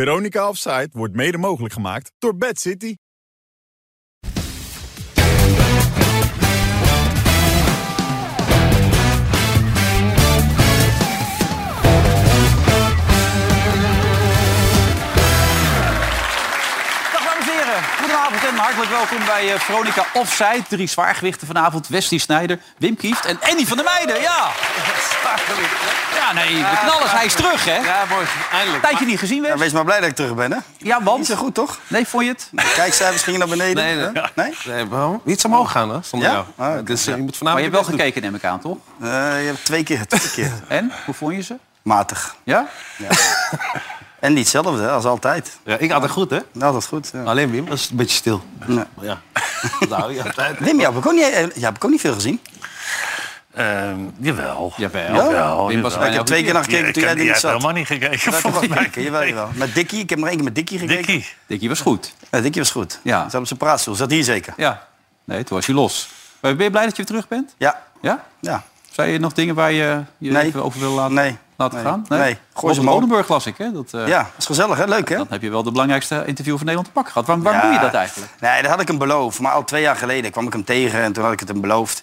Veronica Offside wordt mede mogelijk gemaakt door Bad City. Dag dames en heren, goedenavond en hartelijk welkom bij eh, Veronica Offside. Drie zwaargewichten vanavond, Westie Snijder, Wim Kieft en Annie van der Meijden. Ja, ja nee, de knallers, hij is terug hè. Ja, mooi. Eindelijk. Tijdje niet gezien, Ja, Wes? wees maar blij dat ik terug ben, hè? Ja, Niet want? zo goed, toch? Nee, vond je het? De kijkcijfers gingen naar beneden. Nee, nee. hè? nee? Nee, waarom? Niet zo omhoog gaan, hè? Zonder Ja? jou. Ah, oké. dus eh, je moet Maar vanavond... je hebt wel je best gekeken, neem ik aan, toch? Eh, je hebt twee keer, twee keer. En? Hoe vond je ze? Matig. Ja? En niet hetzelfde, hè, als altijd. doen. Ja, ik had het goed, hè? Nou, dat is goed. Ja. Alleen Wim was een beetje stil. Ja. Ja. nou, ja, tijd. Wim, jij hebt, ook niet, eh, jij hebt ook niet veel gezien. Ehm, jawel. Jawel. Jawel, Wim was jawel. Ik heb twee keer naar gekeken Ik toen jij heb er niet niet- zat. helemaal niet gekeken, Jawel, volgens mij. jawel, jawel, jawel. Met Dikkie, ik heb maar één keer met Dikkie gekeken. Dikkie. Dikkie was goed. Ja, Dikkie was goed. Ja. Zat op zijn praatstoel, zat hier zeker. Ja. Nee, toen was je los. Maar ben je blij dat je weer terug bent? Ja, Ja? ja. Zijn je nog dingen waar je je Nee. even over wil laten, Nee. laten Nee. gaan? Nee. Gooi ze Robert maar op. Rodenburg las ik, hè? Dat, eh, Ja, is gezellig, hè? Leuk, hè? Dan heb je wel de belangrijkste interview van Nederland te pak gehad. Waarom, waarom doe je dat eigenlijk? Nee, dat had ik hem beloofd. Maar al twee jaar geleden kwam ik hem tegen en toen had ik het hem beloofd.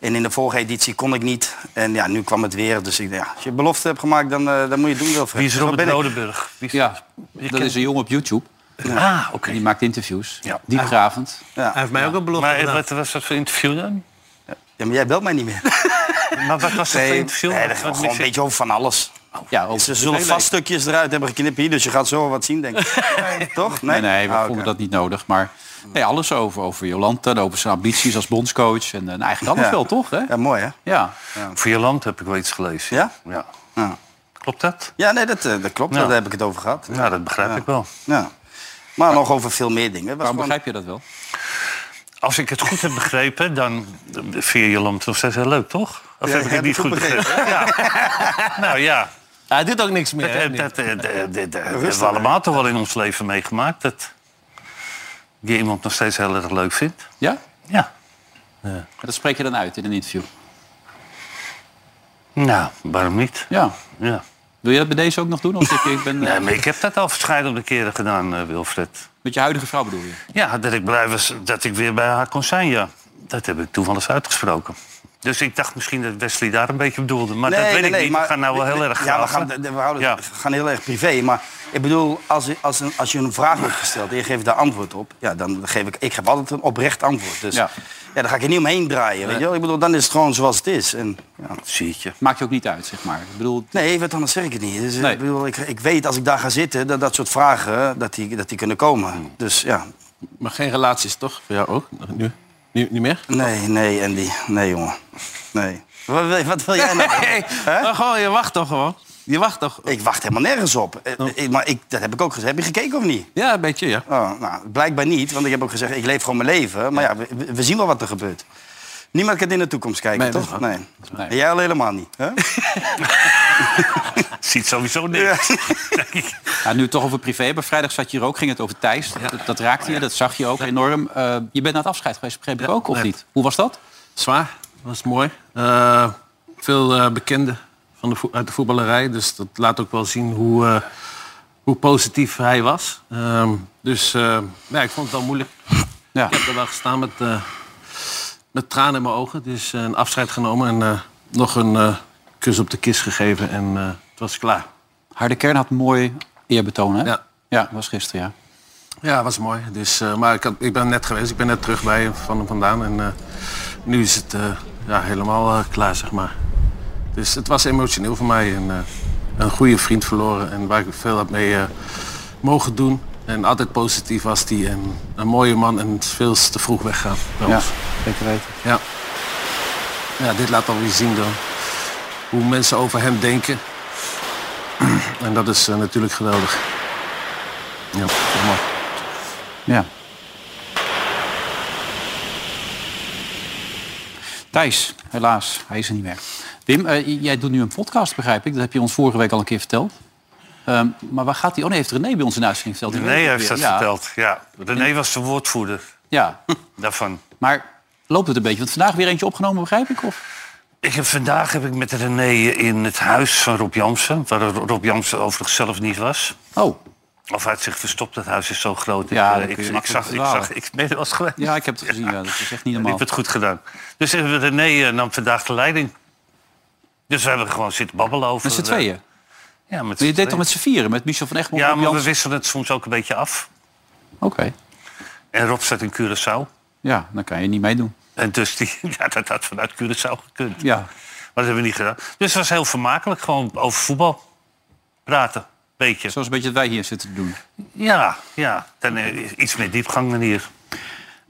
En in de vorige editie kon ik niet. En ja, nu kwam het weer. Dus ik dacht, ja, als je belofte hebt gemaakt, dan, eh, dan moet je het doen, Wilfred. Wie is Dus dat Robert ben ik. Rodenburg? Wie is- Ja, Je dat kent- is een jongen op YouTube. Ah, oké. Die maakt interviews. Ja. Ah. Diepgravend. Hij heeft mij ook een belofte Maar gedaan. wat was dat voor interview dan? Ja, maar jij belt mij niet meer. Maar wat was dat Oh, voor interview? nee, dat Wat gaat gewoon mis een ik? beetje over van alles. Ja, ook Ze zullen vast stukjes eruit hebben geknipt hier, dus je gaat zo wat zien, denk ik. Toch? Nee, nee, we Ah, vonden oké. dat niet nodig. Maar nee, alles over. Over Jolanta, over zijn ambities als bondscoach. En, en eigenlijk alles Ja. wel, toch? Hè? Ja, mooi, hè? Ja. Voor je land heb ik wel iets gelezen. Ja? Ja. Ja, Klopt dat? ja nee, dat, eh, dat klopt. Ja. Daar heb ik het over gehad. Ja, dat begrijp ik wel. Ja. Maar nog over veel meer dingen. Was Waarom gewoon- begrijp je dat wel? Als ik het goed heb begrepen, dan vind je je land nog steeds heel leuk, toch? Of Ja, heb ik ja, het niet dat goed goed begrepen, begrepen? Ja. Nou ja, Hij doet ook niks meer. dat, hè, nu. dat, eh, dat- dat- dat hebben we Rustig, allemaal toch wel in ons leven meegemaakt. Dat je iemand nog steeds heel erg leuk vindt. Ja? Ja. Maar Dat spreek je dan uit in een interview. Nou, waarom niet? Ja. Ja. Wil je dat bij deze ook nog doen? Of zeg je, ik ben, eh, Nee, maar ik heb dat al verschillende keren gedaan, eh, Wilfred. Met je huidige vrouw bedoel je? Ja, dat ik blij was dat ik weer bij haar kon zijn, ja. Dat heb ik toevallig uitgesproken. Dus ik dacht misschien dat Wesley daar een beetje bedoelde. Maar dat weet ik niet. maar- we gaan nou wel heel Ja, erg we graven. gaan, we houden, Ja. we gaan heel erg privé. Maar ik bedoel, als, als, een, als je een vraag wordt gesteld en je geeft daar antwoord op... Ja, dan geef ik... Ik geef altijd een oprecht antwoord. Dus Ja. ja. dan ga ik er niet omheen draaien, weet je wel? Ik bedoel, dan is het gewoon zoals het is. En, ja. Zie ik je. Maakt je ook niet uit, zeg maar. Ik bedoel, Nee, want anders zeg ik het niet. Dus, eh, Nee. ik, bedoel, ik, ik weet als ik daar ga zitten dat dat soort vragen eh, dat die, dat die kunnen Hmm. komen. Dus ja, Maar geen relaties, toch? Voor jou ook? Nu? Nu, niet meer? nee, nee, Andy. Nee, jongen. Nee. Wat, wil- wat wil jij nou? Hey, maar Oh, gewoon, je wacht toch gewoon? Je wacht toch? Oh. Ik wacht helemaal nergens op. Eh, ik- maar ik, dat heb ik ook gezegd. Heb je gekeken of niet? Ja, een beetje, ja. Oh, nou, blijkbaar niet, want ik heb ook gezegd, ik leef gewoon mijn leven. Maar ja, we, we zien wel wat er gebeurt. Niemand kan in de toekomst kijken, Nee, dat toch? is Nee. Nee. En Jij al helemaal niet. Hè? Ziet sowieso niks. Ja, nu we het toch over privé hebben. Vrijdag zat je hier ook, ging het over Thijs. Dat, dat raakte je, dat zag je ook enorm. Eh, je bent naar het afscheid geweest, begreep ik ook, of net. niet? Hoe was dat? Zwaar. was mooi. Eh, veel eh, bekenden van de vo- uit de voetballerij. Dus dat laat ook wel zien hoe, eh, hoe positief hij was. Ehm, dus eh, ja, ik vond het wel moeilijk. Ja. Ik heb er wel gestaan met, eh, met tranen in mijn ogen. Dus eh, een afscheid genomen en eh, nog een eh, kus op de kist gegeven. En eh, het was klaar. Harde Kern had mooi eerbetoon, hè? Ja. Ja, was gisteren, ja. Ja, was mooi. Dus, eh, maar ik, had, ik ben net geweest. Ik ben net terug bij van hem vandaan. En eh, nu is het eh, ja, helemaal eh, klaar, zeg maar. Dus het was emotioneel voor mij. En, eh, een goede vriend verloren. En waar ik veel heb mee eh, mogen doen. En altijd positief was die. En een mooie man. En veel te vroeg weggaan. bij Ja, ons. zeker weten. Ja. ja, dit laat alweer zien dan hoe mensen over hem denken. En dat is eh, natuurlijk geweldig. Ja, toch mooi. Ja. Thijs, helaas, hij is er niet meer. Wim, eh, j- jij doet nu een podcast, begrijp ik. Dat heb je ons vorige week al een keer verteld. Ehm, maar waar gaat die? Oh nee, heeft René bij ons in de uitzending verteld. Die weet Nee, het heeft weer. dat ja. verteld. Ja. René was de woordvoerder Ja, daarvan. maar loopt het een beetje? Want vandaag weer eentje opgenomen, begrijp ik? Of? Ik heb, vandaag heb ik met René in het huis van Rob Jansen... waar Rob Jansen overigens zelf niet was... Oh, Of hij had zich verstopt, het huis is zo groot. Ja, Ik, dan eh, ik, kun je ik, makkelijk zag, ik verdwalen. zag, ik ben er wel eens geweest. Ja, ik heb het gezien. Ja, dat is echt niet Die normaal. heeft het goed gedaan. Dus eh, René eh, nam vandaag de leiding. Dus we hebben gewoon zitten babbelen over... Met z'n eh, tweeën. Ja, met z'n Maar je deed tweeën. toch met z'n vieren? Met Michel van Egmond Ja, en maar we Jans? wisselen het soms ook een beetje af. Oké. En Rob zat in Curaçao. Ja, dan kan je niet meedoen. En dus die, ja, dat had vanuit Curaçao gekund. Ja. Maar dat hebben we niet gedaan. Dus het was heel vermakelijk. Gewoon over voetbal praten. Beetje. Zoals een beetje wat wij hier zitten te doen. Ja, ja. Dan, eh, iets meer diepgang manier.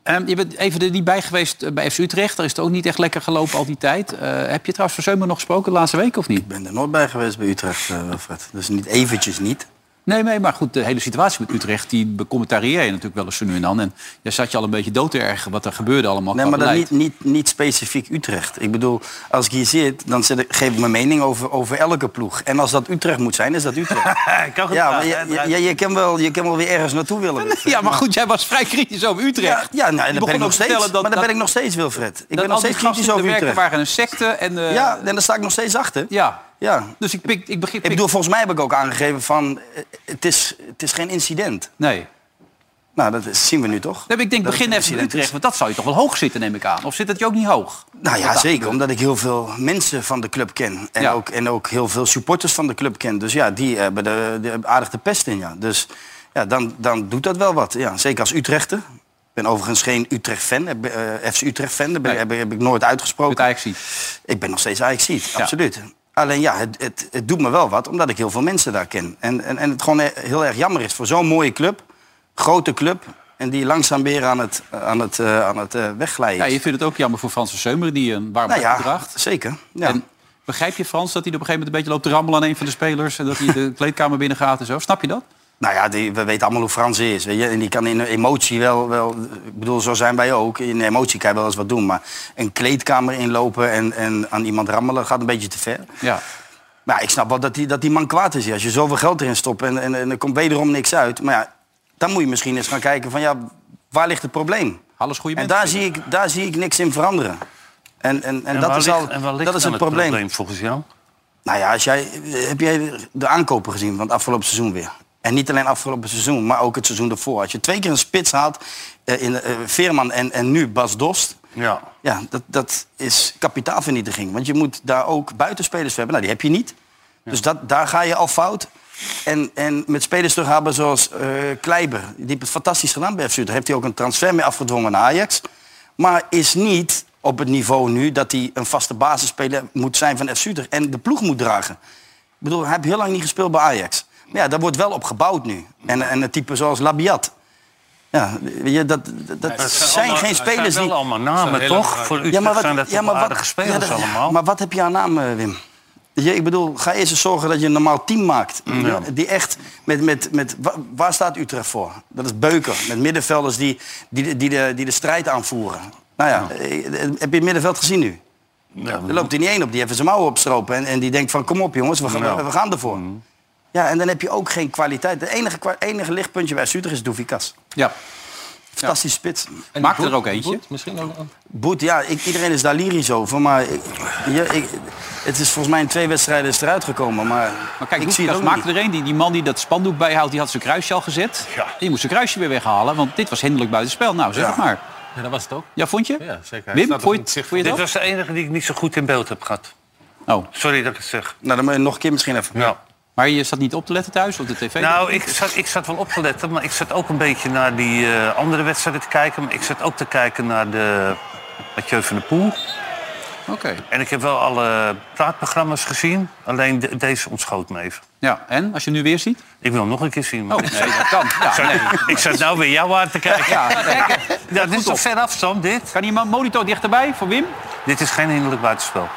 Ehm, je bent even er niet bij geweest eh, bij FC Utrecht. Daar is het ook niet echt lekker gelopen al die tijd. Eh, heb je trouwens van Zeumer nog gesproken de laatste week of niet? Ik ben er nooit bij geweest bij Utrecht, eh, Wilfred. Dus niet eventjes niet. Nee, nee, maar goed, de hele situatie met Utrecht... die becommentarieer je natuurlijk wel eens zo nu en dan. En jij zat je al een beetje dood te ergeren wat er gebeurde allemaal. Nee, qua maar dan beleid. niet, niet, niet specifiek Utrecht. Ik bedoel, als ik hier zit, dan zet ik- geef ik mijn mening over, over elke ploeg. En als dat Utrecht moet zijn, is dat Utrecht. ik kan Ja, maar je, je, je, je kan wel, je kan wel weer ergens naartoe willen. Wilfred. Ja, maar goed, jij was vrij kritisch over Ja, Utrecht. ja nou, en dat Je ben begon ik ook nog te steeds. vertellen maar dat- daar dat- ben ik nog steeds, Wilfred. Ik dat ben nog al die steeds kritisch gasten die over er werken Utrecht. waren een secte. En, eh, Ja, en daar sta ik nog steeds achter. ja. ja. Dus ik, pik, ik begin... Ik bedoel, volgens mij heb ik ook aangegeven van... eh, het, is, het is geen incident. nee. Nou, dat is- zien we nu toch? Nee, maar ik denk, Dat begin het even met incident Utrecht. Want dat zou je toch wel hoog zitten, neem ik aan. Of zit dat je ook niet hoog? Nou ja, Wat daar zeker. Omdat ik heel veel mensen van de club ken. En, Ja. ook, en ook heel veel supporters van de club ken. Dus ja, die hebben de, de aardig de pest in. Ja. Dus ja, dan, dan doet dat wel wat. Ja, zeker als Utrechter. Ik ben overigens geen Utrecht-fan. heb- eh, FC Utrecht-fan. Dat ben- Nee. heb, heb ik nooit uitgesproken. Met Ajax ziet. Ik ben nog steeds Ajaxiet, Ja. absoluut. Alleen ja, het, het, het doet me wel wat, omdat ik heel veel mensen daar ken. En, en, en het gewoon he- heel erg jammer is voor zo'n mooie club, grote club... en die langzaam weer aan het, aan het, eh, aan het eh, wegglijden Ja, is. je vindt het ook jammer voor Frans van Zeumer, die een warm nou hart ja, draagt. zeker. Ja. En begrijp je, Frans, dat hij op een gegeven moment een beetje loopt te rammelen aan een van de spelers... en dat hij de kleedkamer binnen gaat en zo? Snap je dat? Nou ja, die, we weten allemaal hoe Frans is. Weet je? En die kan in emotie wel, wel... Ik bedoel, zo zijn wij ook. In emotie kan je wel eens wat doen. Maar een kleedkamer inlopen en, en aan iemand rammelen gaat een beetje te ver. Ja. Maar ja, ik snap wel dat die, dat die man kwaad is. ja. Als je zoveel geld erin stopt en, en, en er komt wederom niks uit. Maar ja, dan moet je misschien eens gaan kijken van ja, waar ligt het probleem? Alles goede En mensen. daar zie ik, daar zie ik niks in veranderen. En, en, en, En dat waar is ligt- al en waar ligt dat is dan het probleem. volgens jou? Nou ja, als jij, heb jij de aankopen gezien van het afgelopen seizoen weer? En niet alleen afgelopen seizoen, maar ook het seizoen ervoor. Als je twee keer een spits haalt, eh, in, eh, Veerman en, en nu Bas Dost... Ja. Ja, dat, dat is kapitaalvernietiging. Want je moet daar ook buitenspelers voor hebben. Nou, die heb je niet. Dus dat, daar ga je al fout. En, en met spelers terughalen zoals eh, Kleiber. Die heeft het fantastisch gedaan bij FC Utrecht. Heeft hij ook een transfer mee afgedwongen naar Ajax. Maar is niet op het niveau nu dat hij een vaste basisspeler moet zijn van FC Utrecht. En de ploeg moet dragen. Ik bedoel, hij heeft heel lang niet gespeeld bij Ajax. Maar ja, daar wordt wel op gebouwd nu. En, en een type zoals Labiat. Ja, weet je, dat, dat, dat zijn, geen spelers zijn die... wel allemaal namen, toch? Voor Utrecht zijn dat ja, aardige ja, spelers dat- allemaal. Maar wat heb je aan naam, eh, Wim? Je, ik bedoel, ga eerst eens zorgen dat je een normaal team maakt. Mm, Die echt met, met, met... wa- Waar staat Utrecht voor? Dat is beuken. Met middenvelders die, die, de- die, de, die de strijd aanvoeren. Nou ja, eh, eh, heb je het middenveld gezien nu? Ja, Er loopt er niet één op, die even zijn mouwen opstropen. En, en die denkt van, kom op jongens, we gaan, Ja. we gaan ervoor. Mm. Ja, en dan heb je ook geen kwaliteit. Het enige, kwa- enige lichtpuntje bij Utrecht is Doefikas. Ja. Fantastisch spits. En Maakt Boet- er ook eentje. Boet misschien ook. Boet, ja, ik, iedereen is daar lyrisch over, maar ik, ja, ik- het is volgens mij in twee wedstrijden is eruit gekomen, maar, Maar kijk, ik zie het Doefikas ook niet. maakte er een. Die, die man die dat spandoek bijhoudt, die had zijn kruisje al gezet. Ja. Die moest zijn kruisje weer weghalen, want dit was hinderlijk buitenspel. Nou, zeg Ja. het maar. Ja, dat was het ook. Ja, vond je? Ja, zeker. Hij Wim, staat vond op je, het zicht- vond je Dit dat? was de enige die ik niet zo goed in beeld heb gehad. Oh. Sorry dat ik het zeg. Nou, dan moet je nog een keer misschien even. Ja. Maar je zat niet op te letten thuis op de tv? Nou, ik zat, ik zat wel op te letten, maar ik zat ook een beetje naar die eh, andere wedstrijden te kijken. Maar ik zat ook te kijken naar de Mathieu van der Poel. Oké. En ik heb wel alle praatprogramma's gezien. Alleen de- deze ontschoot me even. Ja, en als je hem nu weer ziet? Ik wil hem nog een keer zien. maar- Oh, nee, dat kan. Ja, nee. Ik zat nou weer jou aan te kijken. Ja, Ja, nee. dit is op. toch ver afstand, dit? Kan iemand monitor dichterbij voor Wim? Dit is geen hinderlijk buitenspel.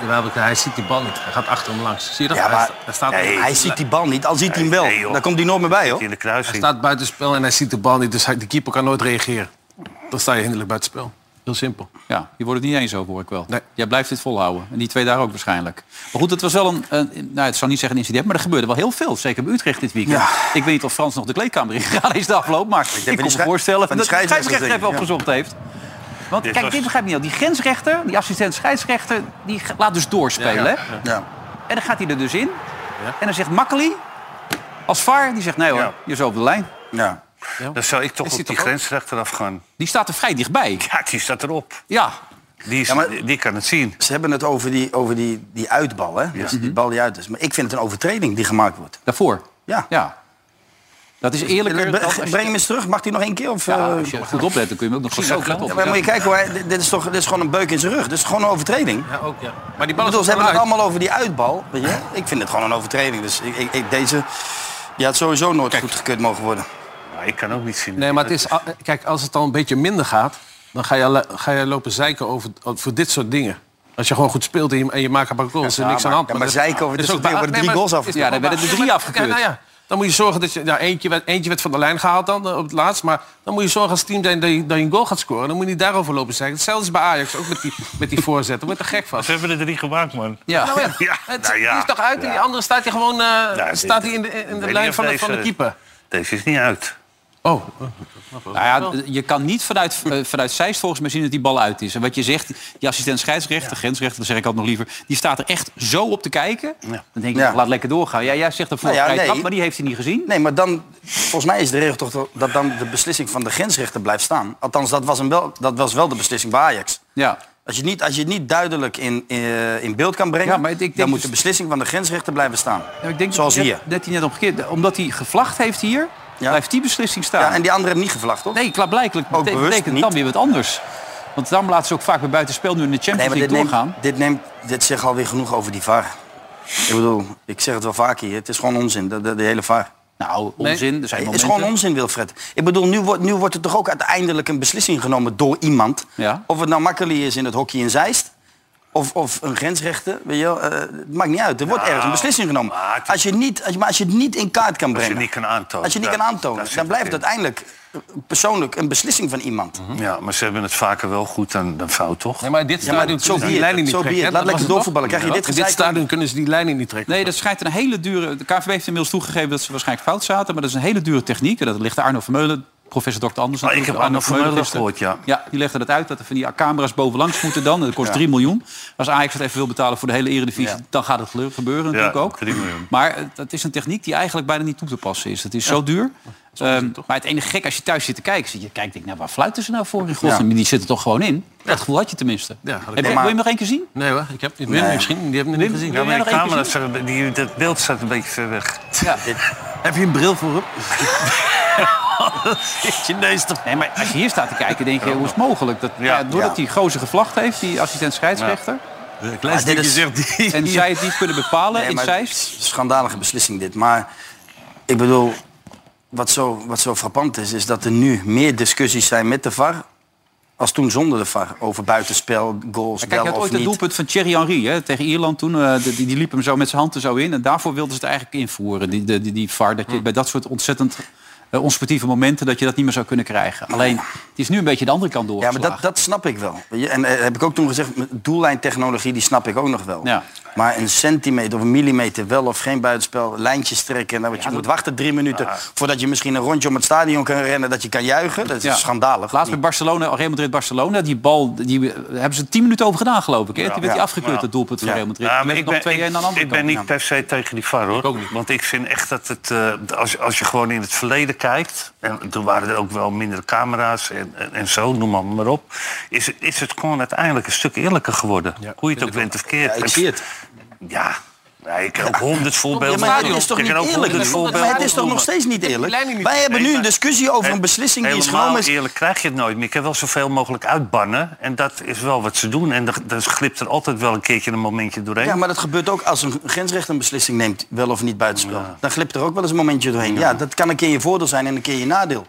Jawel, want hij ziet die bal niet. Hij gaat achter hem langs. Zie je dat? Ja, hij, maar sta- hij staat, Nee. Hij ziet die bal niet, al ziet hij hem wel. Nee, joh. Daar komt hij nooit meer bij, hoor. In de Hij kruising. staat buitenspel en hij ziet de bal niet, dus hij, de keeper kan nooit reageren. Dan sta je hinderlijk buitenspel. Heel simpel. Ja, je wordt het niet eens over, hoor ik wel. Nee. Jij blijft dit volhouden. En die twee daar ook waarschijnlijk. Maar goed, het was wel een... een nou, het zou niet zeggen een incident, maar er gebeurde wel heel veel. Zeker bij Utrecht dit weekend. Ja. Ik weet niet of Frans nog de kleedkamer ingegaan is de afloop. Maar ik, die kon me schrij- voorstellen van dat die de scheidsrechter scheidsrechter even ding, opgezocht heeft. Want Dit kijk, was- dit begrijp ik niet al. Die grensrechter, die assistent scheidsrechter, die g- laat dus doorspelen. hè? Ja. En dan gaat hij er dus in. En dan zegt Makkeli... Als VAR, die zegt nee hoor, Ja. je is over de lijn. Ja. Dan zou ik toch Is die op die toch ook? grensrechter afgaan. Die staat er vrij dichtbij. Ja, die staat erop. Ja, Die, is, Ja, maar- die kan het zien. Ze hebben het over die, over die, die uitbal, hè? Dus die bal die uit is. Maar ik vind het een overtreding die gemaakt wordt. Mhm. daarvoor. Ja. ja. Dat is eerlijker Bre- dan als je- Eh, breng hem eens terug. Mag hij nog één keer? Of, Ja, eh, als je goed oplet, dan kun je hem ook nog zien. Ook let op. ja, maar moet je Ja. kijken, hoor, hij- dit- dit is toch dit is gewoon een beuk in zijn rug. Dit is gewoon een overtreding. Ja, ook, ja. Maar die Ik bal bedoel, is ze ook hebben het uit. allemaal over die uitbal. Weet je? Ik vind het gewoon een overtreding. Dus ik, ik, ik- deze die had sowieso nooit goedgekeurd mogen worden. Maar Nou, ik kan ook niet zien. Nee, maar het is, al- kijk, als het al een beetje minder gaat... dan ga je, al- ga je lopen zeiken over, voor dit soort dingen. Als je gewoon goed speelt en je, en je maakt een paar goals, er is niks aan de hand. ja, maar dat- zeiken over dit dat is soort dingen, bij- worden drie maar- goals afgekeurd. is Ja, daar toch werden er waar? drie Ja, maar- ja, afgekeurd. nou ja, dan moet je zorgen dat je... Nou, eentje, werd, eentje werd van de lijn gehaald dan eh, op het laatst. Maar dan moet je zorgen als team zijn dat je, dat je een goal gaat scoren. Dan moet je niet daarover lopen zeiken. Hetzelfde is bij Ajax, ook met die, met die voorzetten. Wordt er gek van. Ze hebben er drie gemaakt, man. Ja. Nou ja, Ja, het nou ja. die is toch uit en die andere staat hij gewoon eh, dit- staat hij in de, in weet de niet lijn of van de, van de deze- keeper. Deze is niet uit. Oh, Nou ja, je kan niet vanuit, eh, vanuit Zeist volgens mij zien dat die bal uit is. En wat je zegt, die assistent scheidsrechter, grensrechter, dat zeg ik altijd nog liever... die staat er echt zo op te kijken. Dan denk je, Ja. laat lekker doorgaan. Ja, jij zegt dat voor Nou ja, vrije nee. trap, maar die heeft hij niet gezien. Nee, maar dan, volgens mij is de regel toch dat- dat dan de beslissing van de grensrechter blijft staan. Althans, dat was, een wel, dat was wel de beslissing bij Ajax. Ja. Als je, niet, als je het niet duidelijk in, in, in beeld kan brengen, Ja, maar ik denk dan dus- moet de beslissing van de grensrechter blijven staan. Nou, ik denk Zoals dat, hier. Dat hij net omgekeerd... Omdat hij gevlacht heeft hier, Ja. blijft die beslissing staan. Ja, en die anderen hebben niet gevlacht, toch? Nee, klaarblijkelijk Ook bete- bewust betekent niet. dan weer wat anders. Want daarom laten ze ook vaak bij buitenspel nu in de Nee, Champions maar dit League neemt, doorgaan. dit neemt, dit zegt alweer genoeg over die VAR. Ik bedoel, ik zeg het wel vaak hier, het is gewoon onzin, de, de, de hele VAR. Nou, onzin. Er zijn Het is momenten. gewoon onzin, Wilfred. Ik bedoel, nu wordt, nu wordt er toch ook uiteindelijk een beslissing genomen door iemand. Ja. Of het nou makkelijk is in het hockey in Zeist... of, of een grensrechter, weet je wel, eh, het maakt niet uit. Er wordt ergens een beslissing genomen. Nou, maar het- Als je, niet, als, je- maar als je het niet in kaart kan Als je brengen... niet kan aantonen. als je niet dat- kan aantonen, dat zit dan blijft erin. uiteindelijk persoonlijk een beslissing van iemand. Ja, maar ze hebben het vaker wel goed dan, dan fout, toch? nee, maar in dit Ja, maar stadion zo kunnen ze be die it, leiding niet zo be trekken. it. hè? Laat lekker Dat was het doorvoetballen, toch? krijg je dit In dit gezeik stadion kunnen ze die leiding niet trekken. Nee, dat schijnt een hele dure... De KVB heeft inmiddels toegegeven dat ze waarschijnlijk fout zaten... maar dat is een hele dure techniek. En dat ligt Arno Vermeulen, professor Dr. Anders... Oh, Maar ik natuurlijk, heb Arno Vermeulen gisteren. gehoord, Ja, die legde dat uit, dat er van die camera's bovenlangs moeten dan. Dat kost 3 miljoen. Als Ajax het even wil betalen voor de hele eredivisie... dan gaat het gele- gebeuren natuurlijk ook. 3 miljoen. Maar eh, dat is een techniek die eigenlijk bijna niet toe te passen is. Het is zo duur. Ehm, maar het enige gek, als je thuis zit te kijken... zit je kijkt, denk, nou, waar fluiten ze nou voor in godsnaam? Die zitten toch gewoon in? Dat gevoel had je tenminste. Ja, had ik Heb ook. je- Nee, maar- Wil je nog één keer zien? Nee hoor, ik heb Wim misschien, die hebben we niet gezien. Ja, maar Wil jij die nog camera eentje staat- die, dat beeld staat een beetje ver weg. Heb je een bril voor hem? Nee, maar als je hier staat te kijken, denk je, hoe is het mogelijk? Dat, ja, doordat die gozer gevlacht heeft, die assistent scheidsrechter... Klein Ah, dit stukje is- zegt die. en zij het niet kunnen bepalen Nee, in maar het Zeist... is een schandalige beslissing dit. Maar ik bedoel, wat zo, wat zo frappant is, is dat er nu meer discussies zijn met de VAR als toen zonder de VAR. Over buitenspel, goals, Kijk, je wel had of ooit het niet. doelpunt van Thierry Henry hè, tegen Ierland toen. eh, die, die liep hem zo met zijn hand er zo in. En daarvoor wilden ze het eigenlijk invoeren, die, die, die, die VAR. Dat je bij dat soort ontzettend eh, onsportieve momenten... dat je dat niet meer zou kunnen krijgen. Alleen, het is nu een beetje de andere kant Ja, maar doorgeslagen. dat, dat snap ik wel. Weet je, En eh, heb ik ook toen gezegd, doellijntechnologie, die snap ik ook nog wel. Ja. Maar een centimeter of een millimeter wel of geen buitenspel, lijntjes trekken. Nou, want je moet wachten drie minuten voordat je misschien een rondje om het stadion kan rennen, dat je kan juichen. Dat is Ja. schandalig. Laatst bij Barcelona, Real Madrid-Barcelona. Die bal, die eh, hebben ze tien minuten over gedaan, geloof ik. Hè? Die werd Ja. die afgekeurd, het doelpunt van Ja. Real Madrid. Ja, Ja, maar ik nog ben, twee ik, en aan de andere ik ben kant. niet per se tegen die VAR, hoor. Want ik vind echt dat het... eh, als, als je gewoon in het verleden kijkt... en toen waren er ook wel minder camera's en, en, en zo, noem maar, maar op... Is, het- is het gewoon uiteindelijk een stuk eerlijker geworden. Hoe je het ook bent of keert. ik zie het. Ja, ja, ik heb ook honderd voorbeelden. Ja, maar het is toch Ik niet kan ook eerlijk? honderd Maar het is voorbeelden toch nog noemen. steeds niet leiding eerlijk? niet. Wij hebben Nee, nu een maar- discussie over He- een beslissing die is helemaal genomen. is- eerlijk krijg je het nooit meer. Ik heb wel zoveel mogelijk uitbannen. En dat is wel wat ze doen. En dan- dan glipt er altijd wel een keertje een momentje doorheen. Ja, maar dat gebeurt ook als een grensrechter een beslissing neemt, wel of niet buitenspel. Dan glipt er ook wel eens een momentje doorheen. Ja. dat kan een keer je voordeel zijn en een keer je nadeel.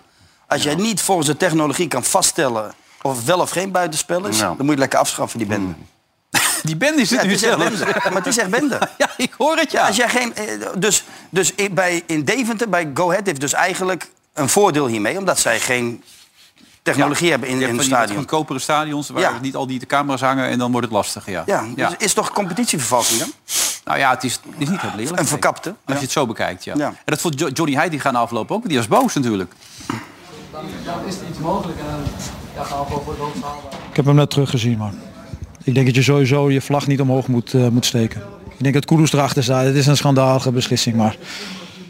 Als jij niet volgens de technologie kan vaststellen of het wel of geen buitenspel is, Ja. dan moet je het lekker afschaffen, die bende. Die band is het Ja, het nu is echt zelf. bende. Maar het is echt bende. Ja, ik hoor het, Ja, ja. als jij geen, eh, dus dus in, bij, in Deventer, bij Go Ahead, heeft dus eigenlijk een voordeel hiermee, omdat zij geen technologie hebben in, Je in hebt het van die wat stadion. goedkopere stadions waar Ja. niet al die camera's hangen en dan wordt het lastig. Ja. Ja, Dus is toch competitievervalsing dan? Nou ja, het is, het is niet heel eerlijk. Een verkapte. Als je het zo bekijkt, ja. Ja. En dat vond Jo- Johnny Heidi gaan aflopen ook. Die was boos natuurlijk. Ik heb hem net teruggezien, man. Ik denk dat je sowieso je vlag niet omhoog moet, eh, moet steken. Ik denk dat Koeloes erachter staat. Het is een schandalige beslissing, maar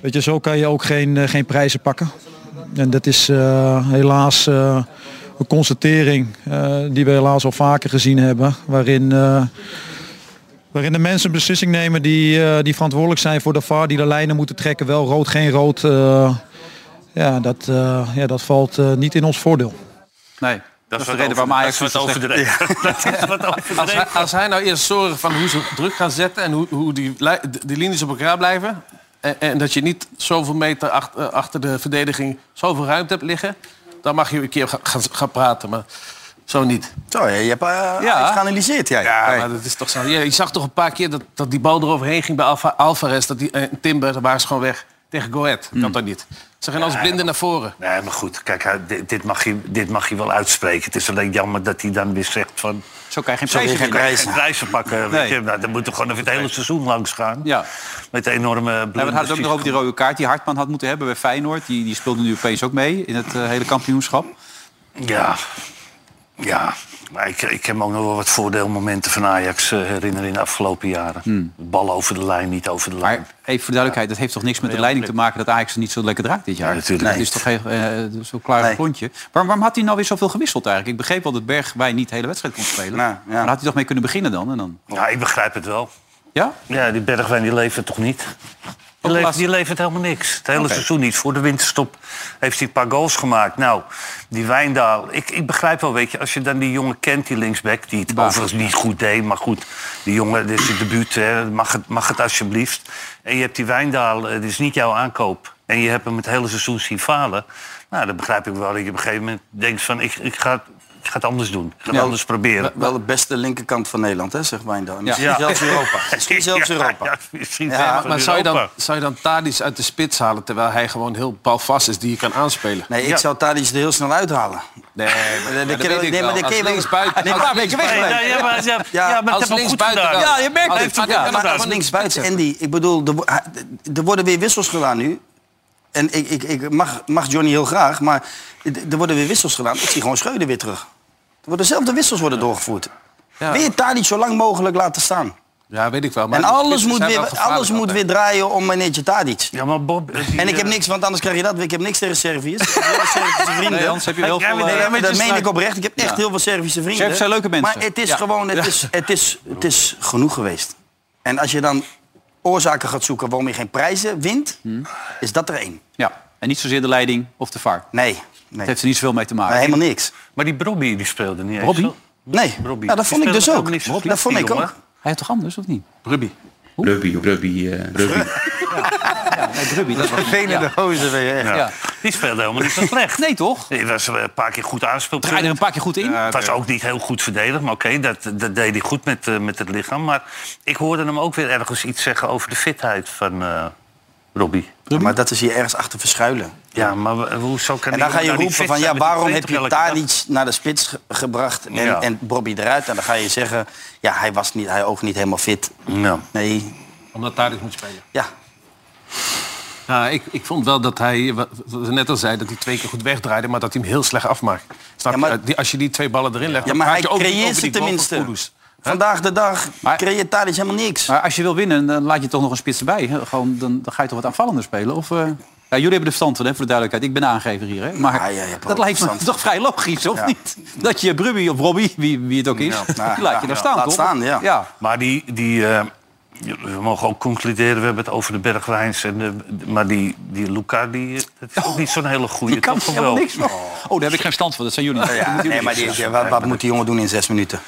Weet je, zo kan je ook geen, eh, geen prijzen pakken. En dat is eh, helaas eh, een constatering eh, die we helaas al vaker gezien hebben. Waarin, eh, waarin de mensen een beslissing nemen die, eh, die verantwoordelijk zijn voor de VAR. Die de lijnen moeten trekken. Wel rood, geen rood. eh, ja, dat, eh, ja, dat valt eh, niet in ons voordeel. Nee, dat, is wat de reden over- waarom Ajax dat is zo wat slecht- overdreven. Dat is wat Als hij, overdreven. als hij nou eerst zorgen van hoe ze druk gaan zetten en hoe, hoe die, li- die linies op elkaar blijven. En, en dat je niet zoveel meter ach- eh, achter de verdediging zoveel ruimte hebt liggen. Dan mag je een keer gaan, gaan, gaan praten, maar zo niet. Zo, je, je hebt eh, Ajax geanalyseerd, jij. Ja, Hey. maar dat is toch zo. Ja, je zag toch een paar keer dat, dat die bal eroverheen ging bij Alva- Alvarez. Dat die, eh, Timber, daar waren ze gewoon weg. Tegen Goet. Hmm. Kan dat niet. Ze gaan als blinden naar voren. Nee, maar goed, kijk, hij- dit, dit mag je, dit mag je wel uitspreken. Het is alleen jammer dat hij dan weer zegt van... Zo kan je geen Zo prijzen geen winnen. Kan je prijzen. geen prijzen pakken, weet Nee. je. Nou, dan moet er gewoon even het hele seizoen langs gaan. Ja. Met de enorme Ja, we hadden het ook nog over die blunders rode kaart die Hartman had moeten hebben bij Feyenoord. Die, die speelde nu opeens ook mee in het eh, hele kampioenschap. die- Ja, ja. Maar ik, ik heb me ook nog wel wat voordeelmomenten van Ajax eh, herinneren in de afgelopen jaren. Bal over de lijn, niet over de Maar lijn. even voor de duidelijkheid, dat heeft toch niks met de leiding te maken... dat Ajax het niet zo lekker draait dit jaar? Ja, natuurlijk Dat is toch heel, eh, zo'n klaar Nee. klontje. Waarom, waarom had hij nou weer zoveel gewisseld eigenlijk? Ik begreep wel dat Bergwijn niet de hele wedstrijd kon spelen. Nou, ja. Maar daar had hij toch mee kunnen beginnen dan? En dan? Ja, ik begrijp het wel. Ja? Ja, die Bergwijn die levert toch niet? Die Ook levert, laatst- die levert helemaal niks. Het hele Oké. seizoen niet. Voor de winterstop heeft hij een paar goals gemaakt. Nou, die Wijndaal. Ik, ik begrijp wel, weet je, als je dan die jongen kent, die linksback... die het Basis. overigens niet goed deed, maar goed. Die jongen, dit is je debuut, hè, mag, het, mag het alsjeblieft. En je hebt die Wijndaal, eh, dit is niet jouw aankoop. En je hebt hem het hele seizoen zien falen. Nou, dan begrijp ik wel dat je op een gegeven moment denkt van... ik, ik, ga, het- ik ga het anders doen. Ik ga het anders proberen. Wel de beste linkerkant van Nederland, hè, zegt Wijndal. Misschien Ja. zelfs Europa. Misschien zelfs Europa. Ja, misschien Ja, dus zelfs Van Maar zou je, dan, Europa. zou je dan Tadic uit de spits halen... terwijl hij gewoon heel balvast is die je kan aanspelen? Nee, ik Ja. zou Tadic er heel snel uithalen. Nee, maar, dat dat ken- weet nee, ik maar wel. dat ken Als je wel. linksbuiten- Nee, maar als daar ben ik linksbuiten- weg. Nee, ja, maar, ja, Ja, ja, maar het als heeft ook goed linksbuiten gedaan. dan. Ja, Ja, je merkt Hij het. heeft het Maar goed dat- Maar gedaan. als linksbuiten, Andy, ik bedoel, er, wo- hij- er worden weer wissels gedaan nu. En ik, ik, ik mag, mag Johnny heel graag, maar er worden weer wissels gedaan. Ik zie gewoon Schreuder weer terug. Er worden dezelfde wissels worden doorgevoerd. Ja. Weer Tadic zo lang mogelijk laten staan. Ja, weet ik wel. Maar en die alles spitsen moet, zijn weer, wel gevaarlijk alles moet altijd. weer draaien om meneertje Tadic. Ja, maar Bob... eh, En ik heb niks, want anders krijg je dat. Ik heb niks tegen Serviërs. Ik heb heel veel Servische vrienden. Nee, anders heb je heel Ja, veel... maar eh, Nee, maar het dat is meen nou- ik oprecht. Ik heb echt heel veel Servische vrienden. Serviërs zijn leuke mensen. Maar het is Ja. gewoon, het, is, het, is, het is genoeg geweest. En als je dan oorzaken gaat zoeken waarom je geen prijzen wint, is dat er één. ja, en niet zozeer de leiding of de VAR. Nee, nee. Het heeft er niet zoveel mee te Maar maken. helemaal niks. Maar die Brobby die speelde niet eens. Robbie? zo. Nee, Robbie. ja, dat vond Die ik dus speelde ook niet ook. zo Robbie, Dat slecht, vond die ik jongen. ook. Hij heeft toch anders, of niet? Ruby. Rugby, rugby, eh, rugby. Nee, Brubby. Dat was... Vervelende hozen ben je echt. Ja. Ja. Die speelde helemaal niet zo slecht. Nee, toch? Hij was eh, een paar keer goed aanspeeld. Draai er een paar keer goed in. Het was ook niet heel goed verdedigd, maar oké, dat, dat deed hij goed met, eh, met het lichaam. Maar ik hoorde hem ook weer ergens iets zeggen over de fitheid van eh Robbie. Ja, maar dat is hier ergens achter verschuilen. Ja, maar w- hoezo En kan die dan ga je nou niet roepen fit van zijn ja, met die waarom heb 20 je elke dag? Tadic naar de spits ge- gebracht en, Ja. en Bobby eruit? En dan ga je zeggen, ja, hij was niet, hij ook niet helemaal fit. Ja. Nee, Omdat Tadic moet spelen. ja. Ja, ik, ik vond wel dat hij, wat we net al zei, dat hij twee keer goed wegdraaide, maar dat hij hem heel slecht afmaakt. Snap Ja, je? maar- Die- Als je die twee ballen erin legt, Ja, dan maar praat hij je ook niet creëert over ze die goal van tenminste. Kudus. Vandaag de dag Maar- creëert Tadic helemaal niks. Maar als je wil winnen, dan laat je toch nog een spits erbij. hè? Gewoon, dan, dan ga je toch wat aanvallender spelen? Of, eh, Ja, jullie hebben de verstand van, hè, voor de duidelijkheid. Ik ben de aangever hier. Hè? Maar Ja, jij hebt dat ook lijkt me verstand. toch vrij logisch, of Ja. niet? Dat je Brubby of Robbie, wie, wie het ook is, Ja, die nou, laat ja, je daar staan, laat toch? staan, ja. Maar die, die eh, we mogen ook concluderen, we hebben het over de Bergwijns. En de, maar die, die Luca, die, eh, dat is ook niet zo'n hele goede. Je Oh, kan toch helemaal wel? niks van. Oh, daar heb ik geen stand van. Dat zijn jullie. niet. Dat Ja, moeten nee, jullie maar weten. die, ja, wat, wat moet die jongen doen in zes minuten?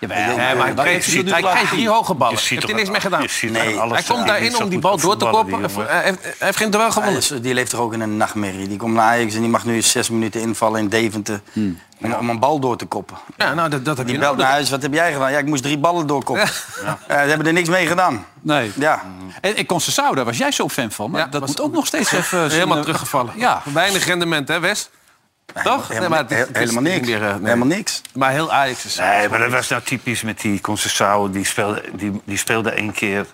Jawel, Nee, maar dat hij heeft kreeg, hij tot nu toe hij kreeg laten drie zien. hoge ballen. Je ziet Heeft toch hij niks aan- mee gedaan. je ziet Nee, aan alles Hij eh, dat komt hij niet daarin zo om die goed bal kan door te voetballen, koppen. die Hij jongen. heeft, hij heeft geen duel Hij gewonnen. is- die leeft er ook in een nachtmerrie. Die komt naar Ajax en die mag nu zes minuten invallen in Deventer om, om een bal door te koppen. Hmm. Ja, nou, dat, dat heb je Die belt nodig. naar huis, wat heb jij gedaan? Ja, ik moest drie ballen doorkoppen. Eh, ze hebben er niks mee gedaan. Nee. Ja. En, en Conceição, daar was jij zo'n fan van. Maar Ja, dat was- moet ook nog steeds even... zijn, Helemaal eh, teruggevallen. Ja. Weinig rendement, hè, Wes? Toch? Nee, maar Helemaal, het is- het is helemaal niks. niet meer, eh, nee. Helemaal niks. Maar heel Ajax is. Nee, maar dat was nou typisch met die Concessao. Die speelde, die, die speelde één keer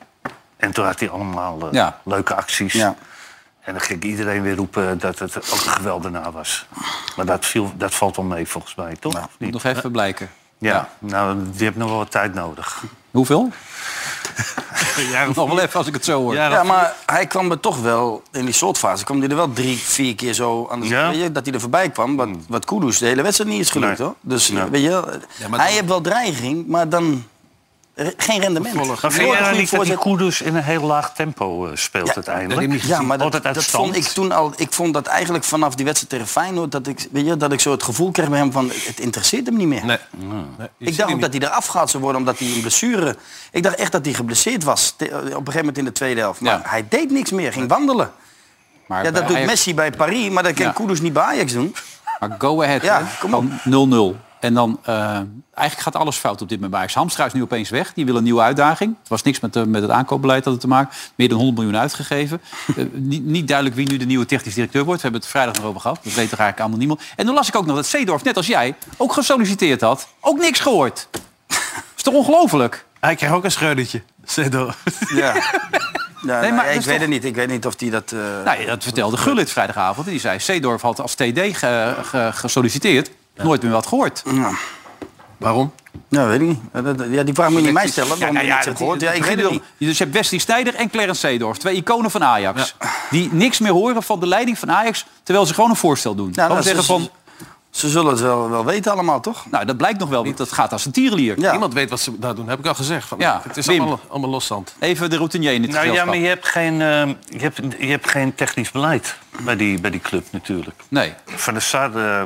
en toen had hij allemaal eh, Ja. leuke acties. Ja. En dan ging iedereen weer roepen dat het ook een geweldenaar was. Maar dat, viel, dat valt wel mee volgens mij, toch? Nou, Of Moet niet? nog even blijken. ja. nou, die hebt nog wel wat tijd nodig. Hoeveel? Ja, Nog wel even als ik het zo hoor. Ja. Ja, maar hij kwam er toch wel, in die slotfase, kwam hij er wel drie, vier keer zo aan de Ja. Hmm. weet je, Dat hij er voorbij kwam, wat, wat Kudus de hele wedstrijd niet is gelukt. Nee. Hoor. Dus Nee. weet je, wel, maar hij dan- heeft wel dreiging, maar dan eh, geen rendement. Maar Nooit vind een jij nou goede niet dat die voorzet. Koerders in een heel laag tempo eh, speelt Ja, dat heb ik uiteindelijk? niet Ja, maar dat, Altijd uit dat stand. vond ik toen al. Ik vond dat eigenlijk vanaf die wedstrijd tegen Feyenoord dat ik, weet je, dat ik zo het gevoel kreeg bij hem van het interesseert hem niet meer. Nee. Nee, je Ik ziet dacht die ook dat hij eraf gehaald zou worden omdat hij een blessure... Ik dacht echt dat hij geblesseerd was te- op een gegeven moment in de tweede helft. Maar Ja. hij deed niks meer, ging wandelen. Maar, Ja, bij dat doet Ajax- Messi bij Paris, maar dat kan Ja. Kudus niet bij Ajax doen. maar go ahead. Ja, hè. kom op. Gewoon 0-0. En dan, eh, eigenlijk gaat alles fout op dit moment bij Ajax. Hamstra is nu opeens weg. Die wil een nieuwe uitdaging. Het was niks met, de- met het aankoopbeleid dat het te maken. Meer dan 100 miljoen uitgegeven. Eh, niet, niet duidelijk wie nu de nieuwe technisch directeur wordt. We hebben het vrijdag nog over gehad. Dat weet toch eigenlijk allemaal niemand. En toen las ik ook nog dat Zeedorf, net als jij, ook gesolliciteerd had. Ook niks gehoord. is toch ongelooflijk? Hij kreeg ook een scheudertje. Zedo. Ja. Ja, nou, maar ja, dat ik is weet toch- het niet. Ik weet niet of hij dat... eh, Nou, ja, dat vertelde Gullit vrijdagavond. En die zei, Zeedorf had als TD ge- ge- gesolliciteerd. Nooit meer wat gehoord. Waarom? Nou, weet ik niet. Ja, dat- Ja, die vraag moet je niet mij stellen. Waarom nou je niks hebt gehoord. Ja, ik weet het niet. Dus je hebt Wesley Sneijder en Clarence Seedorf. Twee iconen van Ajax. Die niks meer horen van de leiding van Ajax... terwijl ze gewoon een voorstel doen. Nou, Nou, dat zeggen is- van, Ze zullen het wel, wel weten allemaal, toch? nou, dat blijkt nog wel, want dat gaat als een tierenlier. Ja. Niemand weet wat ze daar doen. Heb ik al gezegd. Van, Ja, Het is Wim. allemaal, allemaal loszand. Even de routinier in het Nou ja, gezelschap. maar je hebt geen, eh, je hebt, je hebt geen technisch beleid bij die, bij die club natuurlijk. Nee, Van der Sar eh,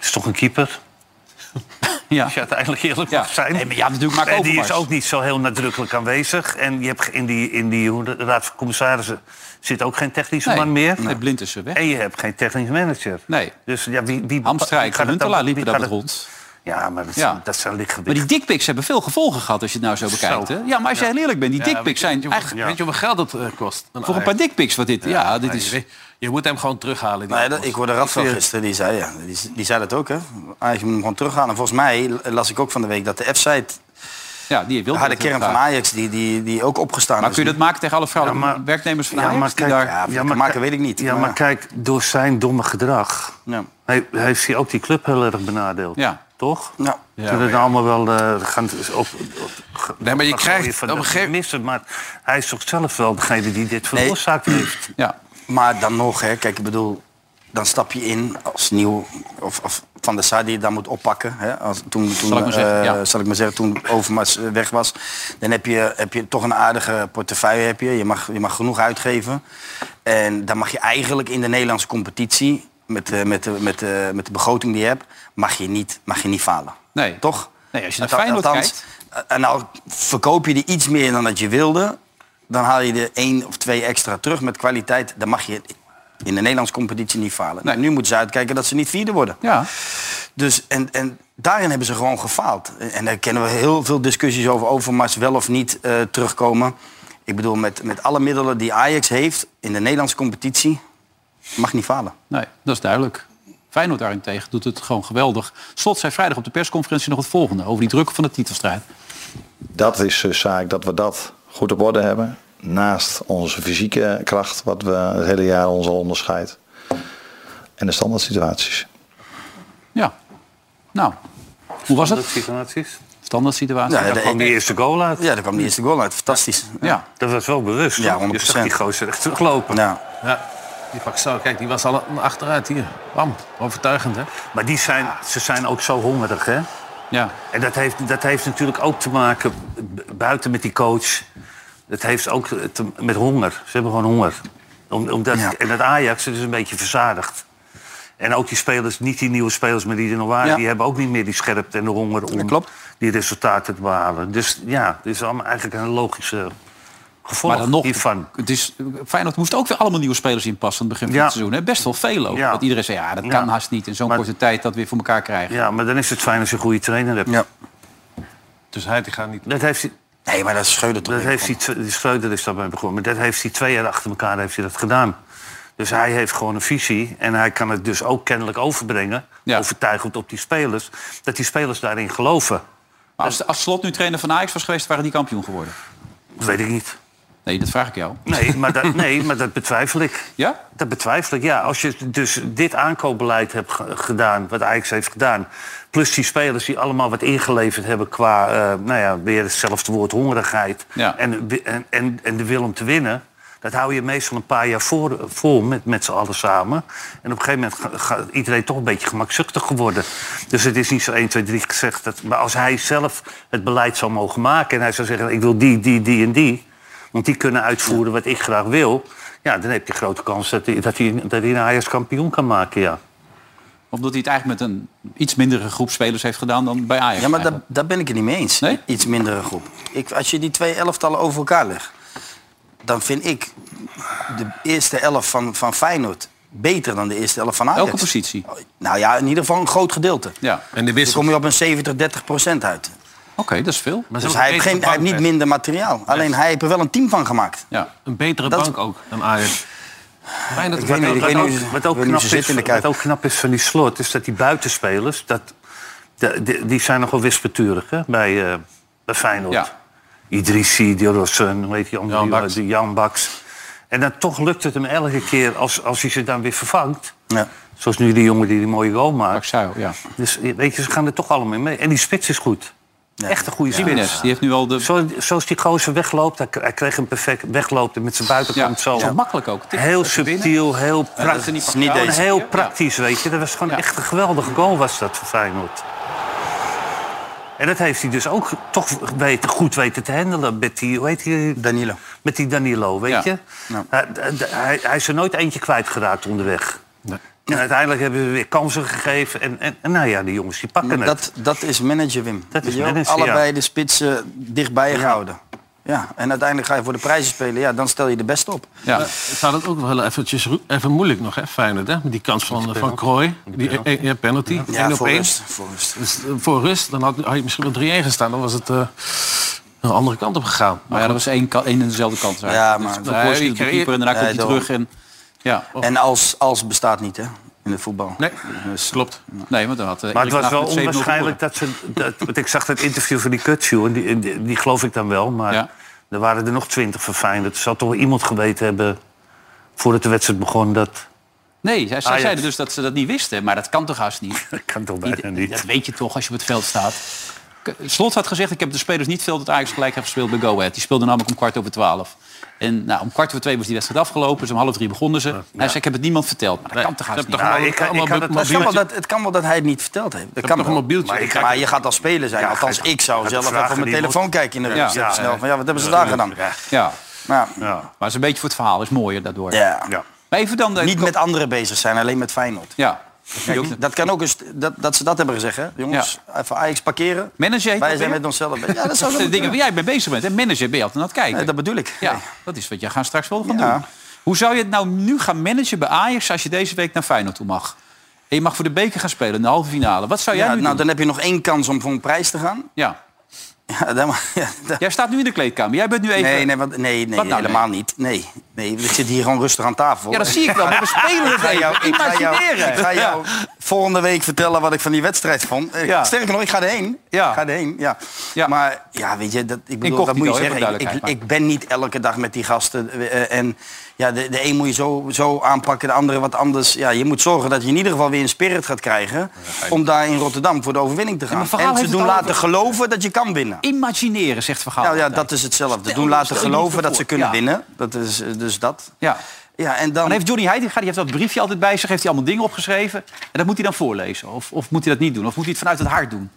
is toch een keeper? ja. Als je uiteindelijk eerlijk Ja. mag zijn. Nee, maar ja, natuurlijk maakt En die Overmars. is ook niet zo heel nadrukkelijk aanwezig. En je hebt in die, in die hoe de- raad van commissarissen zit ook geen technische Nee, man meer. nee, blind is er weg. En je hebt geen technisch manager. Nee. Dus ja, wie, wie wie Hamstrijk gaat en het dan- Huntelaar wie liepen daar gaat wat het- rond. Ja, maar dat, Ja. dat zijn Maar die lichtgewichten. dickpics hebben veel gevolgen gehad als je het nou zo bekijkt. Hè? Ja, maar als je heel eerlijk bent, die dickpics zijn eigenlijk... Weet je hoeveel geld dat eh, kost? Voor een paar dickpics wat dit... Ja, dit Ja, je is... weet- Je moet hem gewoon terughalen. die Nou ja, dat- appels. ik hoorde Radveld gisteren, die zei, ja, die, die zei dat ook. Hè. Ajax moet hem gewoon terughalen. En volgens mij las ik ook van de week dat de F-site, Ja, die wil de harde kern van Ajax, die, die, die ook opgestaan Maar is. kun je dat maken tegen alle vrouwelijke Ja, maar- werknemers van Ja, Ajax? maar die kijk, Nou, daar... Ja, Ja, ja, maar maken kijk- weet ik niet. Ja, maar kijk, door zijn domme gedrag Ja. hij, heeft hij ook die club heel erg benadeeld. Ja. Toch? Nou, Ja, Toen het allemaal wel eh, gaan op, op, op- Nee, maar je op- krijgt van op de een gegeven- missen, maar hij is toch zelf wel degene die dit Nee. veroorzaakt heeft. Ja. maar dan nog, hè, kijk, ik bedoel, dan stap je in als nieuw, of, of Van der Sar die het dan moet oppakken. Hè, als, toen, toen, Zal ik maar zeggen, eh, ja. zal ik maar zeggen, toen Overmars eh, weg was, dan heb je, heb je toch een aardige portefeuille. Heb je. Je, mag, je mag genoeg uitgeven. En dan mag je eigenlijk in de Nederlandse competitie, met, de- met, de, met, de, met de begroting die je hebt, mag je niet, mag je niet falen. Nee. Toch? Nee, als je naar Althans- Feyenoord althans, En nou verkoop je er iets meer dan dat je wilde. Dan haal je er één of twee extra terug met kwaliteit. Dan mag je in de Nederlandse competitie niet falen. Nee. Nu moeten ze uitkijken dat ze niet vierde worden. Ja. Dus, en, en daarin hebben ze gewoon gefaald. En daar kennen we heel veel discussies over Overmars wel of niet eh, terugkomen. Ik bedoel, met, met alle middelen die Ajax heeft in de Nederlandse competitie, mag niet falen. Nee, dat is duidelijk. Feyenoord daarentegen doet het gewoon geweldig. Slot zei vrijdag op de persconferentie nog het volgende... over die druk van de titelstrijd. dat is dus zaak dat we dat goed op orde hebben. Naast onze fysieke kracht, wat we het hele jaar ons al onderscheidt. En de standaard situaties. Ja. Nou, hoe was het? situaties. Standaard situatie. Ja, Daar de- kwam die eerste goal uit. Ja, daar kwam die eerste goal uit. Fantastisch. Ja. Dat was wel bewust. Ja, hoor. Je zag 100%. die gozer echt teruglopen. Nou, Ja, die pak zo. Kijk, die was al achteruit hier. Bam, overtuigend hè. Maar die zijn, ze zijn ook zo hongerig, hè? ja. En dat heeft, dat heeft natuurlijk ook te maken b- buiten met die coach. Dat heeft ook te- met honger. Ze hebben gewoon honger. Om, omdat, Ja. En dat Ajax dat is een beetje verzadigd. En ook die spelers, niet die nieuwe spelers, maar die er nog waren... Ja. die hebben ook niet meer die scherpte en de honger om klopt. die resultaten te behalen. Dus ja, dit is allemaal eigenlijk een logische gevolg Maar dan nog, hiervan. het is, Feyenoord moest ook weer allemaal nieuwe spelers inpassen... aan het begin van Ja. het seizoen. Hè? Best wel veel ook. Ja. Dat iedereen zei, ja, dat Ja. kan haast niet... in zo'n Maar- korte tijd dat weer voor elkaar krijgen. Ja, maar dan is het fijn als je een goede trainer hebt. ja. Dus hij die gaat niet... Dat heeft, hij- Nee, maar dat is scheurde toch dat even heeft van. die, tw- die Schreuder is daarbij begonnen. Maar dat heeft hij twee jaar achter elkaar heeft hij dat gedaan. Dus hij heeft gewoon een visie. En hij kan het dus ook kennelijk overbrengen. Ja. Overtuigend op die spelers. Dat die spelers daarin geloven. Maar als, als Slot nu trainer van Ajax was geweest... waren die kampioen geworden. Dat weet ik niet. Nee, dat vraag ik jou. Nee maar, dat, nee, maar dat betwijfel ik. Ja? Dat betwijfel ik, ja. Als je dus dit aankoopbeleid hebt ge- gedaan, wat Ajax heeft gedaan... plus die spelers die allemaal wat ingeleverd hebben qua... eh, nou ja, weer hetzelfde woord, hongerigheid... Ja. En, wi- en, en, en de wil om te winnen... dat hou je meestal een paar jaar voor, vol met, met z'n allen samen. En op een gegeven moment ga- gaat iedereen toch een beetje gemakzuchtig geworden. Dus het is niet zo 1, 2, 3 gezegd. Dat, maar als hij zelf het beleid zou mogen maken... en hij zou zeggen, ik wil die, die, die en die... Want die kunnen uitvoeren wat ik graag wil. Ja, dan heb je grote kans dat hij, dat hij, dat hij een Ajax kampioen kan maken, ja. Omdat hij het eigenlijk met een iets mindere groep spelers heeft gedaan dan bij Ajax. Ja, maar daar, eigenlijk. daar ben ik het niet mee eens. Nee? Iets mindere groep. Ik, als je die twee elftallen over elkaar legt, dan vind ik de eerste elf van, van Feyenoord beter dan de eerste elf van Ajax. Elke positie. Nou ja, in ieder geval een groot gedeelte. Ja, En de Dan wissel. kom je op een 70, 30 procent uit. oké, dat is veel. Maar ze Dus hebben hij heeft, een geen, hij betere heeft niet bank, minder materiaal. Alleen hij heeft er wel een team van gemaakt. Ja. hè. Een betere Dat is- bank ook dan Ajax. Fijn dat Ik weet niet, ik Wat weet ook- niet, Wat ik weet ook niet knap hoe ze is- zitten in de wat Kuip. ook knap is van die slot, is dat die buitenspelers... Dat, de- de- die zijn nogal wispelturig hè, bij, eh bij Feyenoord. Ja. Idrissi, Dilrosun, hoe heet die andere? Jan jongen? Baks. Die Jan Baks. En dan toch lukt het hem elke keer als, als hij ze dan weer vervangt. Ja. Zoals nu die jongen die die mooie goal maakt. Paxuil, ja. Dus weet je, ze gaan er toch allemaal mee. En die spits is goed. Echt een goede spits. Jiménez, die heeft nu al de... Zo, zoals die gozer wegloopt, hij, k- hij kreeg een perfect wegloopte met zijn Ja, buitenkant zo zo. makkelijk ook. Tik, Heel even binnen. subtiel, heel Eh, is niet praktisch. Is niet Gewoon deze. heel Ja. praktisch, weet je. Dat was gewoon Ja. echt een geweldige goal was dat voor Feyenoord. En dat heeft hij dus ook toch weten, goed weten te handelen met die, hoe heet die, Danilo. met die Danilo, weet Ja. je. Hij, hij, hij is er nooit eentje kwijtgeraakt onderweg. En uiteindelijk hebben ze weer kansen gegeven. En, en, en nou ja, die jongens die pakken het. Dat, dat is manager, Wim. Dat is Je wil manager, Allebei ja. de spitsen dichtbij je houden. Ja, en uiteindelijk ga je voor de prijzen spelen. Ja, dan stel je de beste op. Ja. Het gaat het Eh, ook wel eventjes roe- even moeilijk nog, hè, Feyenoord, hè? Met die kans van, van Krooi, die eh, eh, ja, penalty, één Ja, op voor één. rust, voor rust. Dus, eh, voor rust, dan had, had je misschien wel 3-1 gestaan. Dan was het eh, een andere kant op gegaan. Maar ja, dat was één, ka- één en dezelfde kant. Ja, maar- Dus dan nee, Nee, je de creëer- keeper en daarna komt Nee, hij daarom. terug. En, ja, En als, als bestaat niet, hè? In het voetbal. Dus- Nee, klopt. nee, want dan had eh, Maar het Erik was wel Laag met 7-0 onwaarschijnlijk dat ze... Dat, want ik zag dat interview van die Kutsu, en die, en die, die geloof ik dan wel. Maar Ja. er waren er nog twintig van Feyenoord. Er zal toch wel iemand geweten hebben, voordat de wedstrijd begon... dat Nee, zij, zij Ah, Ajax. zeiden dus dat ze dat niet wisten. Maar dat kan toch haast niet? dat kan toch Ieder- bijna niet. Dat weet je toch als je op het veld staat. K- Slot had gezegd, ik heb de spelers niet veel dat Ajax gelijk heeft gespeeld bij Go Ahead. Die speelden namelijk om kwart over twaalf. En nou, om kwart over twee was die wedstrijd afgelopen. Dus om half drie begonnen ze. Hij zei, ik heb het niemand verteld. Maar dat kan toch haast Ze niet? hebben Ja, toch ik kan- ik allemaal kan allemaal het wel Het kan, wel mobieltjes- dat, het kan wel dat hij het niet verteld heeft. Dat kan toch een wel. mobieltje? Maar, Maar ik- je gaat als speler zijn. Ja, Althans, ga- ik zou ga zelf vragen even op mijn die telefoon kijken in de Ja. rust. Ja, Even snel ja. van, ja, wat hebben ze daar gedaan? Ja. Ja, Maar, Ja. maar het is een beetje voor het verhaal. is mooier daardoor. ja. Ja. Maar even dan... de- Niet met anderen bezig zijn, alleen met Feyenoord. Ja. Kijk, dat kan ook eens, dat, dat ze dat hebben gezegd, hè? Jongens, even Ajax parkeren. Manager heet Wij dat zijn weer? met onszelf bezig. Ja, dat zou Dat wel zijn de dingen moeten. waar jij mee bezig bent. Hè? Manager ben je altijd aan het kijken. Nee, dat bedoel ik. Ja, dat is wat jij gaan straks wel gaan Ja. doen. Hoe zou je het nou nu gaan managen bij Ajax als je deze week naar Feyenoord toe mag? En je mag voor de beker gaan spelen in de halve finale. Wat zou jij Ja, nu nou, doen? dan heb je nog één kans om voor een prijs te gaan. Ja. Ja, dan, ja, dan- Jij staat nu in de kleedkamer. Jij bent nu even... nee, nee, want, nee, nee Wat nou, helemaal niet. Nee, nee, ik zit hier gewoon rustig aan tafel. Ja, dat zie ik wel. Maar we spelen Ik het ga jou, even. ik ga jou, Imagineren. ik ga jou volgende week vertellen wat ik van die wedstrijd vond. Eh, Ja. Sterker nog, ik ga erheen. Ja. Ik ga erheen, ja. Ja. Maar ja, weet je, dat, ik bedoel, dat Incognito, moet je hè, voor zeggen. Ik, ik, duidelijkheid, ik ben niet elke dag met die gasten. eh, en ja, de, de een moet je zo, zo aanpakken, de andere wat anders. Ja, je moet zorgen dat je in ieder geval weer een spirit gaat krijgen... om daar in Rotterdam voor de overwinning te gaan. maar Van Gaal en ze heeft doen het al laten geloven dat je kan winnen. Ja. Imagineren, zegt Vergaal. Nou ja, dat is hetzelfde. Stel- Doen laten stel je geloven moet dat ze kunnen voor. Ja. winnen. Dat is eh, dus dat. Ja. Ja, en dan... Dan heeft Johnny Heidegger, die heeft dat briefje altijd bij zich. Heeft hij allemaal dingen opgeschreven. En dat moet hij dan voorlezen. Of, of moet hij dat niet doen? Of moet hij het vanuit het hart doen?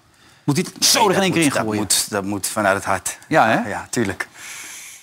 Moet hij het zo er in één keer in dat gooien? moet, dat moet vanuit het hart. Ja, hè? Ja, tuurlijk.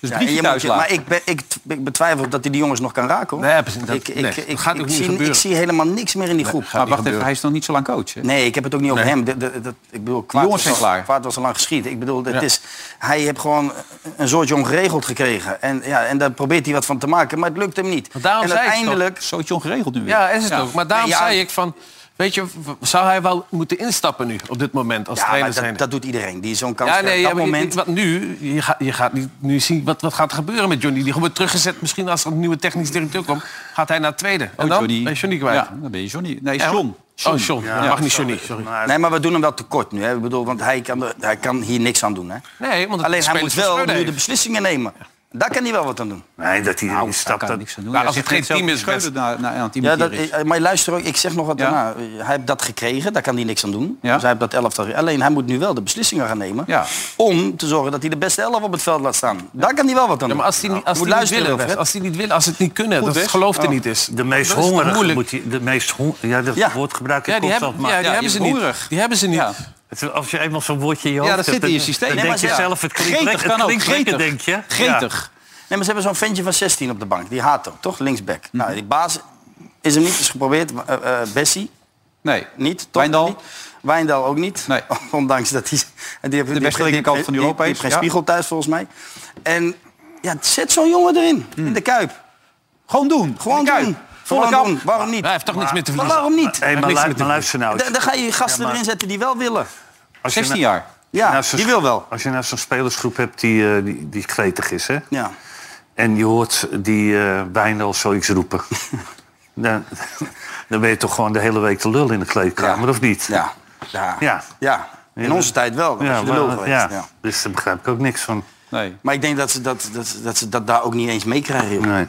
Dus Ja, briefje en je moet thuis je- laten. maar ik, ben, ik, t- ik betwijfel dat hij die jongens nog kan raken. Hoor. Nee, precies, dat- ik, ik, nee, ik, dat gaat ik ook niet zie, gebeuren. ik zie helemaal niks meer in die groep. Maar wacht even, hij is nog niet zo lang coach. hè? Nee, ik heb het ook niet over hem. Dat- dat- dat- ik bedoel, kwaad jongens was zijn al, klaar. kwaad was al lang geschied. Ik bedoel, het Ja. is, hij heeft gewoon een soortje ongeregeld gekregen. En, ja, en daar probeert hij wat van te maken, maar het lukt hem niet. Maar daarom en zei ik het toch. uiteindelijk... Zo is het ongeregeld nu weer. Ja, is het ook. Maar daarom Ja. zei ik van... Weet je, w- zou hij wel moeten instappen nu op dit moment als Ja, trainer maar zijn? dat, dat doet iedereen die zo'n kans ja, krijgt. nee, ja, dat maar je- moment... wat nu, je, gaat, je gaat niet nu zien wat, wat gaat er gebeuren met Johnny. Die wordt teruggezet. Misschien als er een nieuwe technisch directeur komt, gaat hij naar het tweede. En dan ben je Johnny kwijt. Ja, dan ben je Johnny. Nee, John. Oh, John. Ja, mag niet Johnny, sorry. Maar Nee, maar we doen hem wel tekort nu. Hè. Ik bedoel, want hij kan, er- hij kan hier niks aan doen. Hè. Nee, want het Alleen hij spelers moet van wel Schreuder nu de heeft. beslissingen nemen. Daar kan hij wel wat aan doen. Nee, dat hij Nou, erin daar stapt. kan Dat, niks aan doen. Nou, Hij als het zegt geen net team zelf dat is, Schreuder naar, naar, aan het team Ja, dat, hier is. eh, maar luister ook, ik zeg nog wat Ja. daarna. Eh, Hij heeft dat gekregen, daar kan hij niks aan doen. Ja. Dus hij heeft dat elftal. Alleen hij moet nu wel de beslissingen gaan nemen. Ja. Om te zorgen dat hij de beste elf op het veld laat staan. Daar kan hij wel wat aan doen. Ja, maar als die, niet- als Moet die niet luisteren, willen, Fred. Fred. als die niet willen, als ze het niet kunnen, dat het Wes. geloof er Oh. niet is. de meest Dat is toch hongerige moeilijk? moet hij... De meest hon- ja, dat Ja. woord gebruik ik Ja, die hebben, constant, ja, maar... die Ja, hebben je ze bent niet. hongerig. Die hebben ze niet. Ja. Het- Als je eenmaal zo'n woordje in je Ja, hoofd dat hebt, zit in je dan- systeem. Dan Nee, denk maar je ze- zelf, het klinkt, Gretig lekker, het kan ook, klinkt lekker, gretig. denk je. Ja. Gretig. Nee, maar ze hebben zo'n ventje van 16 op de bank. Die Hato, toch? Linksback. Nou, die baas is hem niet eens geprobeerd. maar, eh, eh, Bessie Nee. niet. Toch Wijndal? niet. Wijndal ook niet. Nee. Ondanks dat hij... Die heeft, de beste linkerkant van Europa Die is, heeft geen ja. spiegel thuis, volgens mij. En ja, zet zo'n jongen erin. In de Kuip. Gewoon doen. Gewoon In de Kuip. doen. Volle Gewoon kap. doen. Waarom niet? Hij heeft toch niks meer te Maar verliezen. waarom niet? Hey, maar, niks lu- met maar hem. luister nou. eens. Da- Dan ga je gasten Ja, maar- erin zetten die wel willen. Als je 16 nou- jaar. Ja, nou zo'n die sp- wil wel. Als je nou zo'n spelersgroep hebt die, eh, die, die gretig is, hè? Ja. En je hoort die eh Wijndal zoiets roepen. dan, dan ben je toch gewoon de hele week de lul in de kleedkamer, Ja. of niet? Ja. Ja. Ja. Ja. In Ja. onze tijd wel. Als je de lul maar- geweest. ja. Ja. Dus daar begrijp ik ook niks van. Nee. Maar ik denk dat ze dat, dat, ze- dat, ze dat daar ook niet eens meekrijgen. joh. Nee.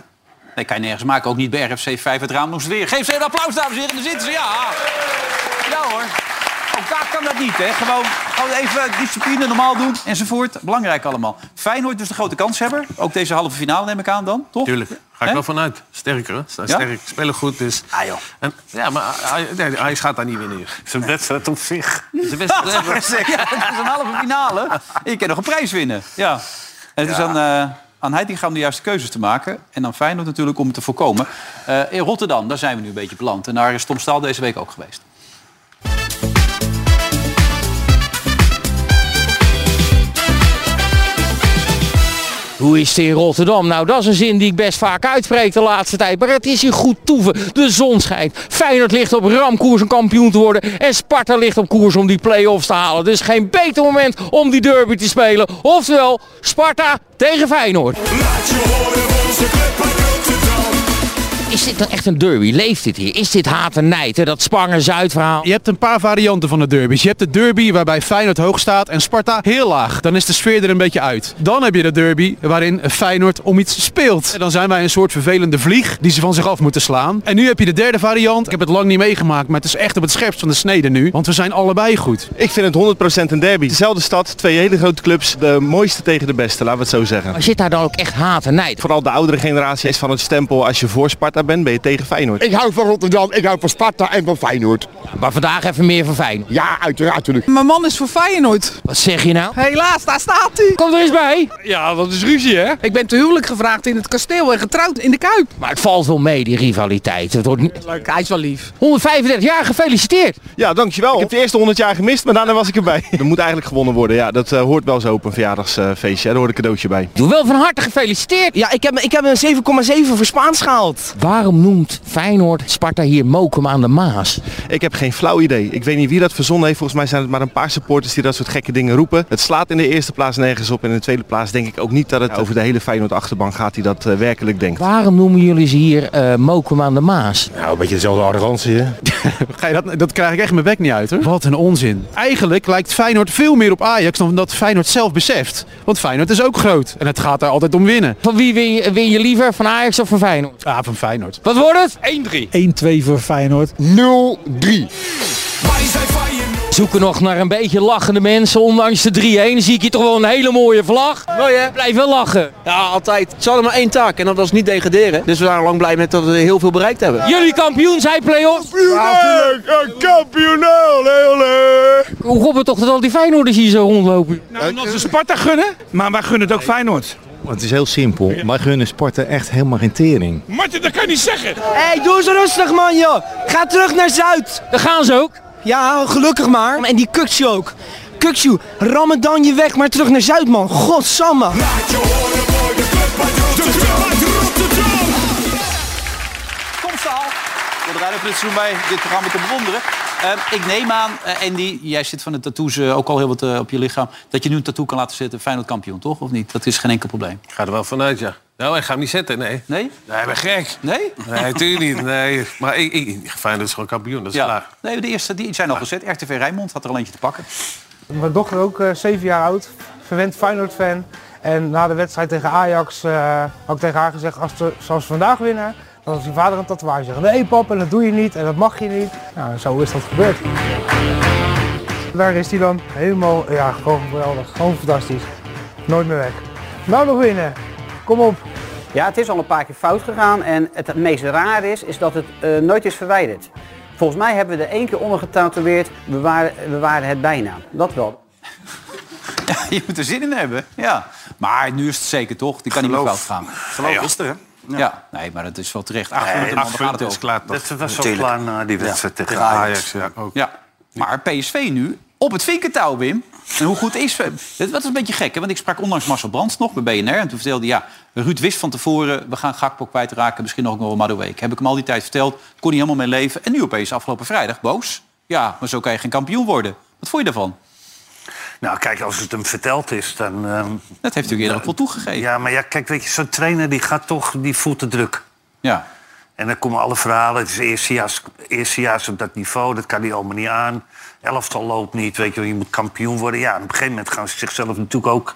Nee, kan je nergens maken. Ook niet bij RFC 5 het raam moest weer. Geef ze een applaus, dames en heren. Daar zitten ze, ja. Ja hoor. Ook daar kan dat niet, hè. Gewoon, gewoon even discipline normaal doen enzovoort. Belangrijk allemaal. Feyenoord dus de grote kanshebber. Ook deze halve finale neem ik aan dan, toch? Tuurlijk, ga ik Hè? wel vanuit. Sterker, hè? Ze zijn Ja? sterk, spelen goed. Dus. Ah, joh. En, ja, maar hij, nee, hij gaat daar niet winnen. hier. Het is een wedstrijd op zich. Het is de beste Ja, het is een halve finale. Ik kan nog een prijs winnen. Ja. En het is aan, eh aan Heitinga om de juiste keuzes te maken. En aan Feyenoord natuurlijk om het te voorkomen. Eh, in Rotterdam, daar zijn we nu een beetje beland. En daar is Tom Staal deze week ook geweest. Hoe is het in Rotterdam? Nou, dat is een zin die ik best vaak uitspreek de laatste tijd. Maar het is hier goed toeven. De zon schijnt. Feyenoord ligt op ramkoers om kampioen te worden. En Sparta ligt op koers om die play-offs te halen. Dus geen beter moment om die derby te spelen. Oftewel, Sparta tegen Feyenoord. Is dit dan echt een derby? Leeft dit hier? Is dit haat en nijd? hè? Dat Spanger-Zuid verhaal? Je hebt een paar varianten van de derbies. Je hebt de derby waarbij Feyenoord hoog staat en Sparta heel laag. Dan is de sfeer er een beetje uit. Dan heb je de derby waarin Feyenoord om iets speelt. En dan zijn wij een soort vervelende vlieg die ze van zich af moeten slaan. En nu heb je de derde variant. Ik heb het lang niet meegemaakt, maar het is echt op het scherpst van de snede nu. Want we zijn allebei goed. Ik vind het 100% een derby. Dezelfde stad, twee hele grote clubs. De mooiste tegen de beste, laten we het zo zeggen. Maar zit daar dan ook echt haat en nijd? Vooral de oudere generatie is van het stempel. Als je voor Sparta bent, ben je tegen Feyenoord. Ik hou van Rotterdam, ik hou van Sparta en van Feyenoord. Maar vandaag even meer van Feyenoord. Ja, uiteraard natuurlijk. Mijn man is voor Feyenoord. Wat zeg je nou? Helaas, daar staat hij. Kom er eens bij. Ja, dat is ruzie hè? Ik ben te huwelijk gevraagd in het kasteel en getrouwd in de Kuip. Maar het valt wel mee, die rivaliteit. Het wordt niet... Leuk, hij is wel lief. 135 jaar, gefeliciteerd. Ja, dankjewel. Ik heb de eerste 100 jaar gemist, maar daarna was ik erbij. Er moet eigenlijk gewonnen worden. Ja, dat eh, hoort wel zo op een verjaardagsfeestje. Daar hoort een cadeautje bij. Doe wel van harte gefeliciteerd. Ja, ik heb, ik heb een 7,7 voor Spaans gehaald. Waarom noemt Feyenoord Sparta hier Mokum aan de Maas? Ik heb geen flauw idee. Ik weet niet wie dat verzonnen heeft. Volgens mij zijn het maar een paar supporters die dat soort gekke dingen roepen. Het slaat in de eerste plaats nergens op. En in de tweede plaats denk ik ook niet dat het over de hele Feyenoord achterban gaat die dat eh, werkelijk denkt. Waarom noemen jullie ze hier eh Mokum aan de Maas? Nou, een beetje dezelfde arrogantie hè. Ga je dat, dat krijg ik echt mijn bek niet uit hoor. Wat een onzin. Eigenlijk lijkt Feyenoord veel meer op Ajax dan dat Feyenoord zelf beseft. Want Feyenoord is ook groot en het gaat daar altijd om winnen. Van wie win je, win je liever, van Ajax of van Feyenoord? Ja, van Feyenoord. Wat wordt het? 1-2 voor Feyenoord. 0-3. Zoeken nog naar een beetje lachende mensen. Ondanks de 3-1 zie ik hier toch wel een hele mooie vlag. Mooi hè? Blijf wel lachen. Ja, altijd. Ze hadden maar één taak en dat was niet degraderen. Dus we waren lang blij met dat we heel veel bereikt hebben. Jullie kampioen zijn play-off. Hoe komt het toch dat al die Feyenoorders hier zo rondlopen? Nou, omdat ze Sparta gunnen. Maar wij gunnen het ook Feyenoord. Het is heel simpel. Wij gunnen Sparta echt helemaal geen tering. Hé, doe eens rustig man joh. Ga terug naar Zuid. Daar gaan ze ook. Ja, gelukkig maar. En die Kuksje ook. Kuksje, ram het dan je weg, maar terug naar Zuid man. Godsamme. Tom Staal. Wordt er uit dit seizoen bij dit programma te bewonderen. Eh, ik neem aan, eh, Andy, jij zit van de tattoos eh, ook al heel wat eh, op je lichaam... dat je nu een tattoo kan laten zitten. Feyenoord kampioen, toch? Of niet? Dat is geen enkel probleem. Ik ga er wel vanuit, ja. Nou, ik ga hem niet zetten, nee. Nee? Nee, ben gek. Nee? Nee, natuurlijk niet. Nee. Maar ik, ik, Feyenoord is gewoon kampioen, dat is klaar. Nee, de eerste die zijn al gezet. RTV Rijnmond had er al eentje te pakken. eh, Mijn dochter ook, zeven 7 jaar oud. Verwend Feyenoord fan. En na de wedstrijd tegen Ajax eh, had ik tegen haar gezegd, als we, zoals we vandaag winnen, dan had je vader een tatoeage. Zegt, nee pap, en dat doe je niet en dat mag je niet. Nou, en zo is dat gebeurd. Daar is hij dan helemaal, ja, gewoon geweldig. Gewoon fantastisch. Nooit meer weg. Nou nog winnen. Kom op. Ja, het is al een paar keer fout gegaan en het, het meest raar is, is dat het eh, nooit is verwijderd. Volgens mij hebben we er één keer onder getatoeëerd, we waren, we waren het bijna. Dat wel. Je moet er zin in hebben, ja. Maar nu is het zeker toch, die kan niet meer fout gaan. Geloof is er, hè? Ja. nee, maar dat is wel terecht. Acht Nee, minuten, acht man, daar gaat het punten is over. klaar, toch? Dat was al Natuurlijk. klaar na die wedstrijd tegen Ajax, ja, ook. Ja, maar PSV nu op het vinkertouw, Wim. En hoe goed is... Dat was een beetje gek, hè? Want ik sprak onlangs Marcel Brands nog bij BNR. En toen vertelde hij, ja, Ruud wist van tevoren... we gaan Gakpo kwijtraken, misschien nog ook nog wel Madueke. Heb ik hem al die tijd verteld, kon hij helemaal mee leven. En nu opeens afgelopen vrijdag, boos. Ja, maar zo kan je geen kampioen worden. Wat vond je daarvan? Nou, kijk, als het hem verteld is, dan... ehm, dat heeft u eerder ook wel toegegeven. Ja, maar ja, kijk, weet je, zo'n trainer die gaat toch, die voelt de druk. Ja. En dan komen alle verhalen, het is eerstejaars, eerstejaars op dat niveau, dat kan hij allemaal niet aan. Elftal loopt niet, weet je wel, je moet kampioen worden. Ja, en op een gegeven moment gaan ze zichzelf natuurlijk ook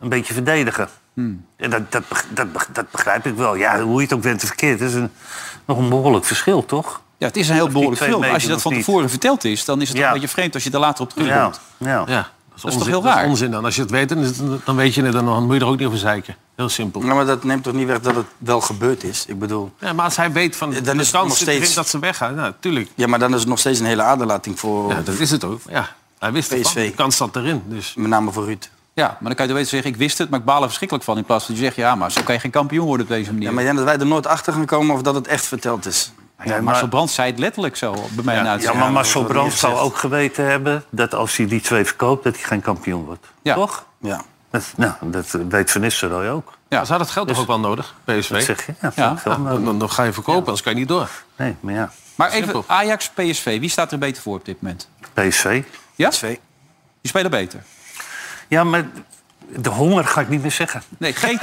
een beetje verdedigen. Hmm. En dat, dat, beg- dat, beg- dat begrijp ik wel. Ja, hoe je het ook bent verkeerd, het is een, nog een behoorlijk verschil, toch? Ja, het is een heel Of die behoorlijk twee film. Als je meter dat of van niet. tevoren verteld is, dan is het een beetje vreemd als je er later op terugkomt. Ja. Dat is toch heel raar? Dat is onzin dan. Als je het weet, dan, is het- dan weet je het en dan moet je er ook niet over zeiken. Heel simpel. Nou, maar dat neemt toch niet weg dat het wel gebeurd is? Ik bedoel... Ja, maar als hij weet van Dan is de het kans nog zit erin steeds- dat ze weggaan, nou, tuurlijk. Ja, maar dan is het nog steeds een hele aderlating voor... Ja, dat is het ook. Ja, hij wist het PSV. De kans zat erin, dus... Met name voor Ruud. Ja, maar dan kan je er weten zeggen, ik wist het, maar ik baal er verschrikkelijk van. In plaats van dat je zegt, ja, maar zo kan je geen kampioen worden op deze manier. Ja, maar ik denk dat wij er nooit achter gaan komen of dat het echt verteld is. Ja, Marcel Brands zei het letterlijk zo bij mij in de Ja, uitzending. maar Marcel Brands zou ook geweten hebben dat als hij die twee verkoopt, dat hij geen kampioen wordt. Ja. Toch? Ja. Dat, nou, dat weet Van Nistelrooy ook. Ja. Ze hadden het geld toch ook wel nodig, PSV? Dat zeg je. Ja, Ja, dat wel nodig. dan, dan ga je verkopen, anders kan je niet door. Nee, maar ja. Maar even, Ajax, PSV, wie staat er beter voor op dit moment? PSV. Ja? PSV. Die spelen beter. Ja, maar de honger ga ik niet meer zeggen. Nee, geen.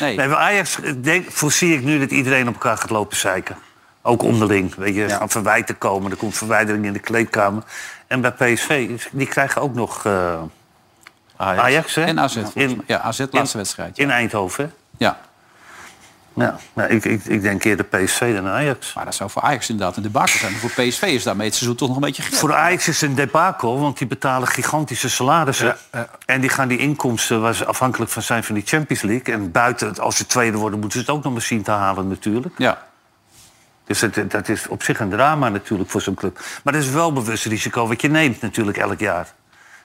nee. nee maar Ajax, eh, denk, voorzie ik nu dat iedereen op elkaar gaat lopen zeiken. Ook onderling. Weet je, er gaan verwijten komen. Er komt verwijdering in de kleedkamer. En bij PSV, is- die krijgen ook nog eh, Ajax. hè? En AZ, volgens In, mij. Ja, AZ, laatste wedstrijd. in Eindhoven. hè? Ja. Ja, nou, ik, ik, ik denk eerder PSV dan Ajax. Maar dat zou voor Ajax inderdaad een debakel zijn. Maar voor PSV is daarmee het seizoen toch nog een beetje gek. Voor Ajax is het een debakel, want die betalen gigantische salarissen. En die gaan die inkomsten waar ze afhankelijk van zijn van die Champions League. En buiten, het, als ze tweede worden, moeten ze het ook nog maar zien te halen natuurlijk. Ja. Dus dat, dat is op zich een drama natuurlijk voor zo'n club. Maar dat is wel bewust risico wat je neemt natuurlijk elk jaar.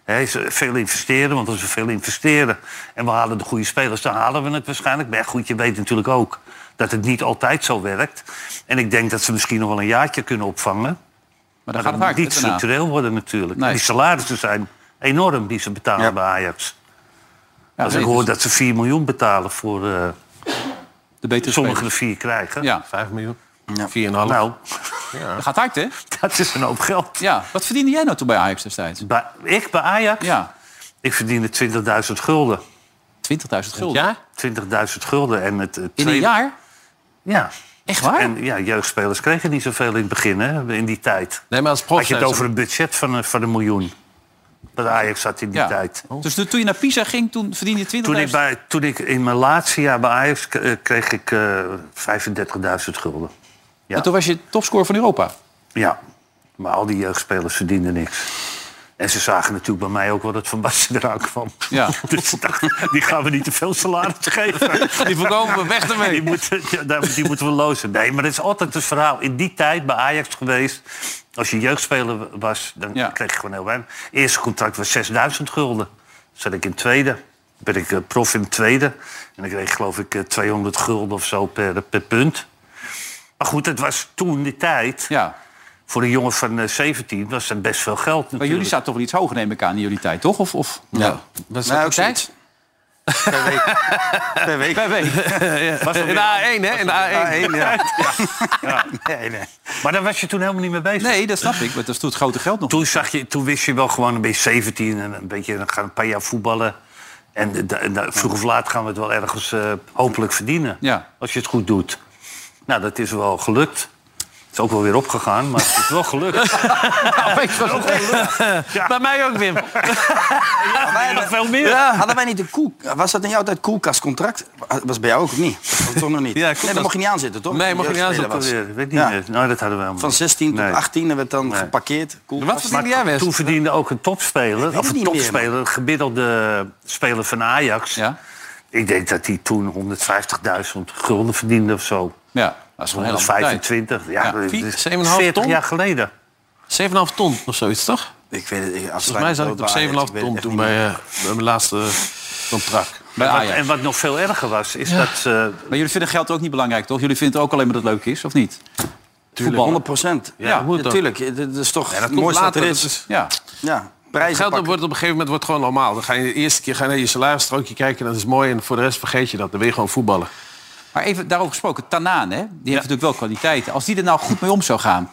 Hè, ze- veel investeren, want als we veel investeren... en we halen de goede spelers, dan halen we het waarschijnlijk. Maar ja, goed, je weet natuurlijk ook dat het niet altijd zo werkt. En ik denk dat ze misschien nog wel een jaartje kunnen opvangen. Maar dan gaat het moet hard, niet hè, daarna. structureel worden natuurlijk. Nee. Die salarissen zijn enorm die ze betalen bij Ajax. Als nee, ik hoor dus- dat ze 4 miljoen betalen voor... eh, De betere sommigen er spelers. 4 krijgen. Ja. 5 miljoen. 4,5. Nou, Dat gaat hard, hè? Dat is een hoop geld. Ja. Wat verdiende jij nou toen bij Ajax destijds? bij, ik bij Ajax? Ja. Ik verdiende 20.000 gulden. 20.000 gulden? Ja? 20.000 gulden. En het, het In tweede- een jaar? Ja. Echt waar? En ja, jeugdspelers kregen niet zoveel in het begin, hè, in die tijd. Nee, maar als Had je het profsluiter- over een budget van een, van een miljoen. Dat Ajax had in die tijd. Oh. Dus de- toen je naar Pisa ging, toen verdiende je 20.000? Toen ik, bij, toen ik in mijn laatste jaar bij Ajax k- eh, kreeg ik eh 35.000 gulden. En toen was je topscorer van Europa? Ja, maar al die jeugdspelers verdienden niks. En ze zagen natuurlijk bij mij ook wel dat Van Basten eraan kwam. Ja. Dus ze dachten, die gaan we niet te veel salaris geven. Die verkopen we, weg ermee. Die moeten, ja, daar- die moeten we lozen. Nee, maar dat is altijd het verhaal. In die tijd bij Ajax geweest... als je jeugdspeler was, dan kreeg je gewoon heel weinig. Eerste contract was 6000 gulden. Zat ik in tweede. Ben ik eh, prof in tweede. En dan kreeg ik geloof ik eh, 200 gulden of zo per, eh, per punt. Maar goed, het was toen die tijd. Voor een jongen van eh, 17 was dat best veel geld. Natuurlijk. Maar jullie zaten toch wel iets hoger, neem ik aan, in jullie tijd, toch? Of, of? Ja. Was Nou, ook zoiets. Per week. Per week. Was In de A1, hè? In de A1. ja. Ja. Nee, nee. Maar daar was je toen helemaal niet mee bezig. Nee, dat snap ik. Want dat is toen het grote geld nog. Toen, zag je, toen wist je wel gewoon een beetje 17 en een beetje dan gaan we een paar jaar voetballen. En eh, da- en da- vroeg of laat gaan we het wel ergens eh, hopelijk verdienen. Ja. Als je het goed doet. Nou, dat is wel gelukt. is ook wel weer opgegaan, maar het is wel gelukt. Bij mij ook, Wim. nog veel meer. Hadden wij niet een koel... Was dat in jouw tijd koelkastcontract? Was bij jou ook of niet? Of toch nog niet? Ja, nee, daar mocht je niet aan zitten, toch? Nee, mocht je niet aan Jeugdspeler zitten. was. Alweer, weet niet meer. Nou, dat hadden we allemaal Van 16 tot Nee. 18 werd dan geparkeerd. Koelkast. Maar Toen verdiende ook een topspeler, of het een niet meer, topspeler, een gemiddelde speler van Ajax. Ik denk dat hij toen 150.000 gulden verdiende of zo. Ja, dat is wel een hele andere tijd. 125, ja, dat Vier- is 7,5 ton? jaar geleden. 7,5 ton of zoiets, toch? Ik weet het, ik, als Volgens mij zat ik op 7,5 ton toen bij, eh, bij mijn laatste eh, contract. En wat- Ajax. En wat nog veel erger was, is Ja. dat... eh, Ah, Maar jullie vinden geld ook niet belangrijk, toch? Jullie vinden ook alleen maar dat het leuk is, of niet? Voetballen. 100 procent. Ja, Ja, dat moet ook. natuurlijk. Dat is toch Ja, dat het komt mooiste wat later. er Dat is. is- Ja. Ja, Het prijzen geld pakken. wordt op een gegeven moment wordt gewoon normaal. Dan ga je de eerste keer ga je naar je salarisstrookje kijken. Dat is mooi. En voor de rest vergeet je dat. Dan wil je gewoon voetballen. Maar even daarover gesproken, Tanaan, hè? die heeft natuurlijk wel kwaliteiten. Als die er nou goed mee om zou gaan,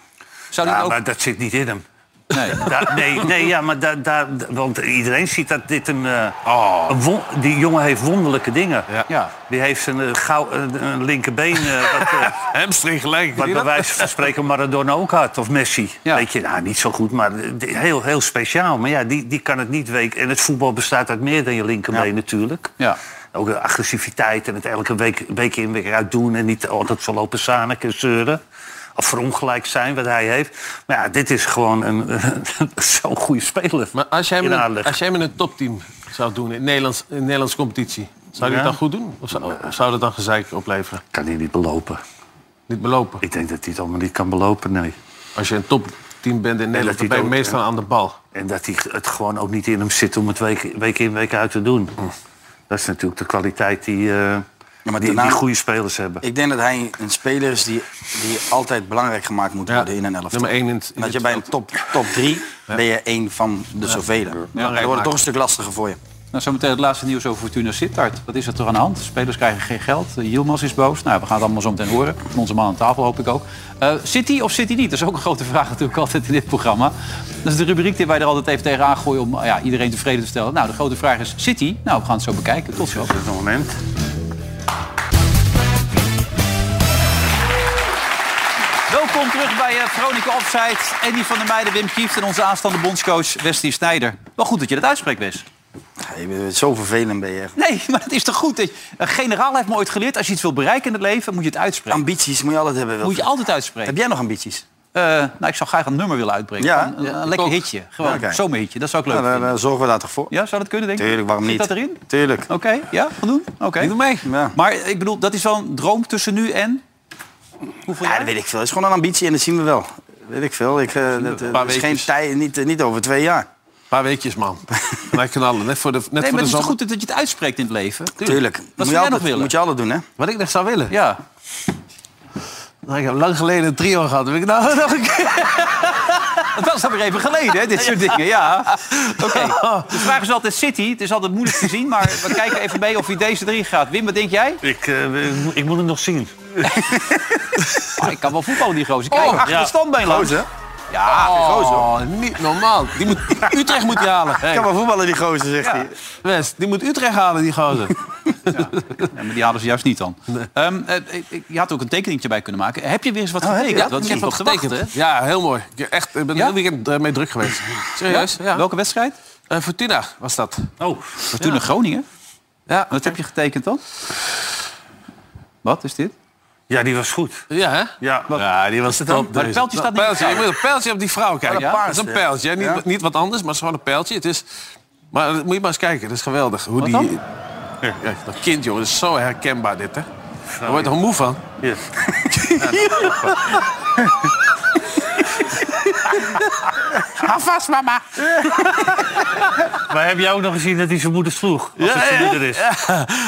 zou die ja, ook... maar dat zit niet in hem. Nee. Daar- nee, nee, ja, maar daar, daar, want iedereen ziet dat dit een... eh, een won- die jongen heeft wonderlijke dingen. Oh. Ja. Die heeft een, eh, gauw, een, een linkerbeen... eh, wat, eh, Hamstring gelijk. wat bij wijze van spreken Maradona ook had, of Messi. Weet je, nou, niet zo goed, maar eh, die- heel, heel speciaal. Maar ja, die, die kan het niet weken. En het voetbal bestaat uit meer dan je linkerbeen natuurlijk. Ja. Ook de agressiviteit en het elke week, week in week uit doen... en niet altijd zo lopen zanen en zeuren. Of verongelijk zijn wat hij heeft. Maar ja, dit is gewoon een, zo'n goede speler. Maar als jij, met In een, aanleg. als jij met een topteam zou doen in Nederlands, in Nederlands competitie... zou je Ja. dat dan goed doen? Of zou, of zou dat dan gezeik opleveren? Kan hij niet belopen. Niet belopen? Ik denk dat hij het allemaal niet kan belopen, nee. Als je een topteam bent in Nederland, dan hij ben je dood- meestal aan de bal. En dat hij het gewoon ook niet in hem zit om het week, week in, week uit te doen. Mm. Dat is natuurlijk de kwaliteit die, eh, die, daarna- die goede spelers hebben. Ik denk dat hij een speler is die, die altijd belangrijk gemaakt moet worden in een elftal. nummer één in het- in En dat het je bij een top, top drie ben je één van de zoveel. Dan wordt het maken. toch een stuk lastiger voor je. Nou, zometeen het laatste nieuws over Fortuna Sittard. Wat is er toch aan de hand? Spelers krijgen geen geld. Eh, Yilmaz is boos. Nou, we gaan het allemaal zo meteen horen. Van onze man aan tafel hoop ik ook. Eh zit hij of zit hij niet? Dat is ook een grote vraag natuurlijk altijd in dit programma. Dat is de rubriek die wij er altijd even tegenaan gooien om eh, ja, iedereen tevreden te stellen. Nou, de grote vraag is, zit hij? Nou, we gaan het zo bekijken. Tot zo. Op dit moment. Welkom terug bij eh, Veronica Offside. Andy van der Meijden, Wim Kieft en onze aanstaande bondscoach Wesley Snijder. Wel goed dat je dat uitspreekt, Wes. Ja, je bent zo vervelend ben je echt. Nee, maar het is toch goed? dat je- Een generaal heeft me ooit geleerd... als je iets wil bereiken in het leven, moet je het uitspreken. Ambities moet je altijd hebben. Moet je altijd uitspreken. Heb jij nog ambities? Eh, nou, ik zou graag een nummer willen uitbrengen. Ja? Een- Een, Ja, een ik lekker ook. hitje. Gewoon Ja, oké. een zomerhitje. Dat zou ik leuk Nou, dan, vinden. dan zorgen we daar toch voor. Ja, zou dat kunnen, denk ik? Tuurlijk, waarom niet? Zit dat erin? Tuurlijk. Oké, ja? Gaan doen? Oké. Doe mee. Maar eh, ik bedoel, dat is wel een droom tussen nu en... Hoeveel Ja, jaar? dat weet ik veel. Het is gewoon een ambitie en dat zien we wel. Weet ik veel. Ik, eh, dat, eh, Paar dat is weekjes. geen tijd, niet, eh, niet over twee jaar. Een paar weekjes, man. Wij knallen. Net voor de, net nee, maar voor het de is toch zomer. goed dat je het uitspreekt in het leven? Tuurlijk. Wat Moet zou je, jij altijd, nog willen? moet je altijd doen, hè? Wat ik nog zou willen? Ja. Nou, ik heb lang geleden een trio gehad. Heb ik nou nog een keer... Dat was alweer even geleden, hè, dit soort dingen. Ja. Oké. De vraag is altijd City. Het is altijd moeilijk te zien, maar we kijken even mee of hij deze drie gaat. Wim, wat denk jij? Ik, eh, ik moet- ik moet het nog zien. Ah, ik kan wel voetballen, die gozer. Kijk, achter ja. de standbeen langs. Oh. Gozer. Ja, Oh, niet normaal. Die moet, Utrecht moet die halen. Hey. Kan maar voetballen, die gozer, zegt hij. West, die moet Utrecht halen, die gozer. Ja, maar die hadden ze juist niet dan. Ehm, eh, eh, je had ook een tekeningetje bij kunnen maken. Heb je weer eens wat getekend? Ja, Dat is ik Oh, heb niet wat op gewacht, getekend. Ja, heel mooi. Ik, heb echt, ik ben heel weekend eh, mee druk geweest. Serieus? hè? Ja. Welke wedstrijd? Eh, Fortuna was dat. Oh, Fortuna Groningen. Ja. Wat heb je getekend dan? Wat is dit? Ja, die was goed. Ja, hè? Ja, Ja, die was top. Maar het dus. pijltje staat niet Pijltje, in Je moet een pijltje op die vrouw kijken. Oh, Ja, Oh, Dat is een pijltje. hè. Niet, Ja. niet wat anders, maar het is gewoon een pijltje. Het is, maar dat moet je maar eens kijken. Dat is geweldig. Hoe die, dan? Ja, ja, dat kind, jongen. Dat is zo herkenbaar, dit, hè? Daar word je toch moe van? Ja. Hou vast, mama. Maar heb jij ook nog gezien dat hij zijn moeder sloeg? Als Ja, het zijn ja. moeder is.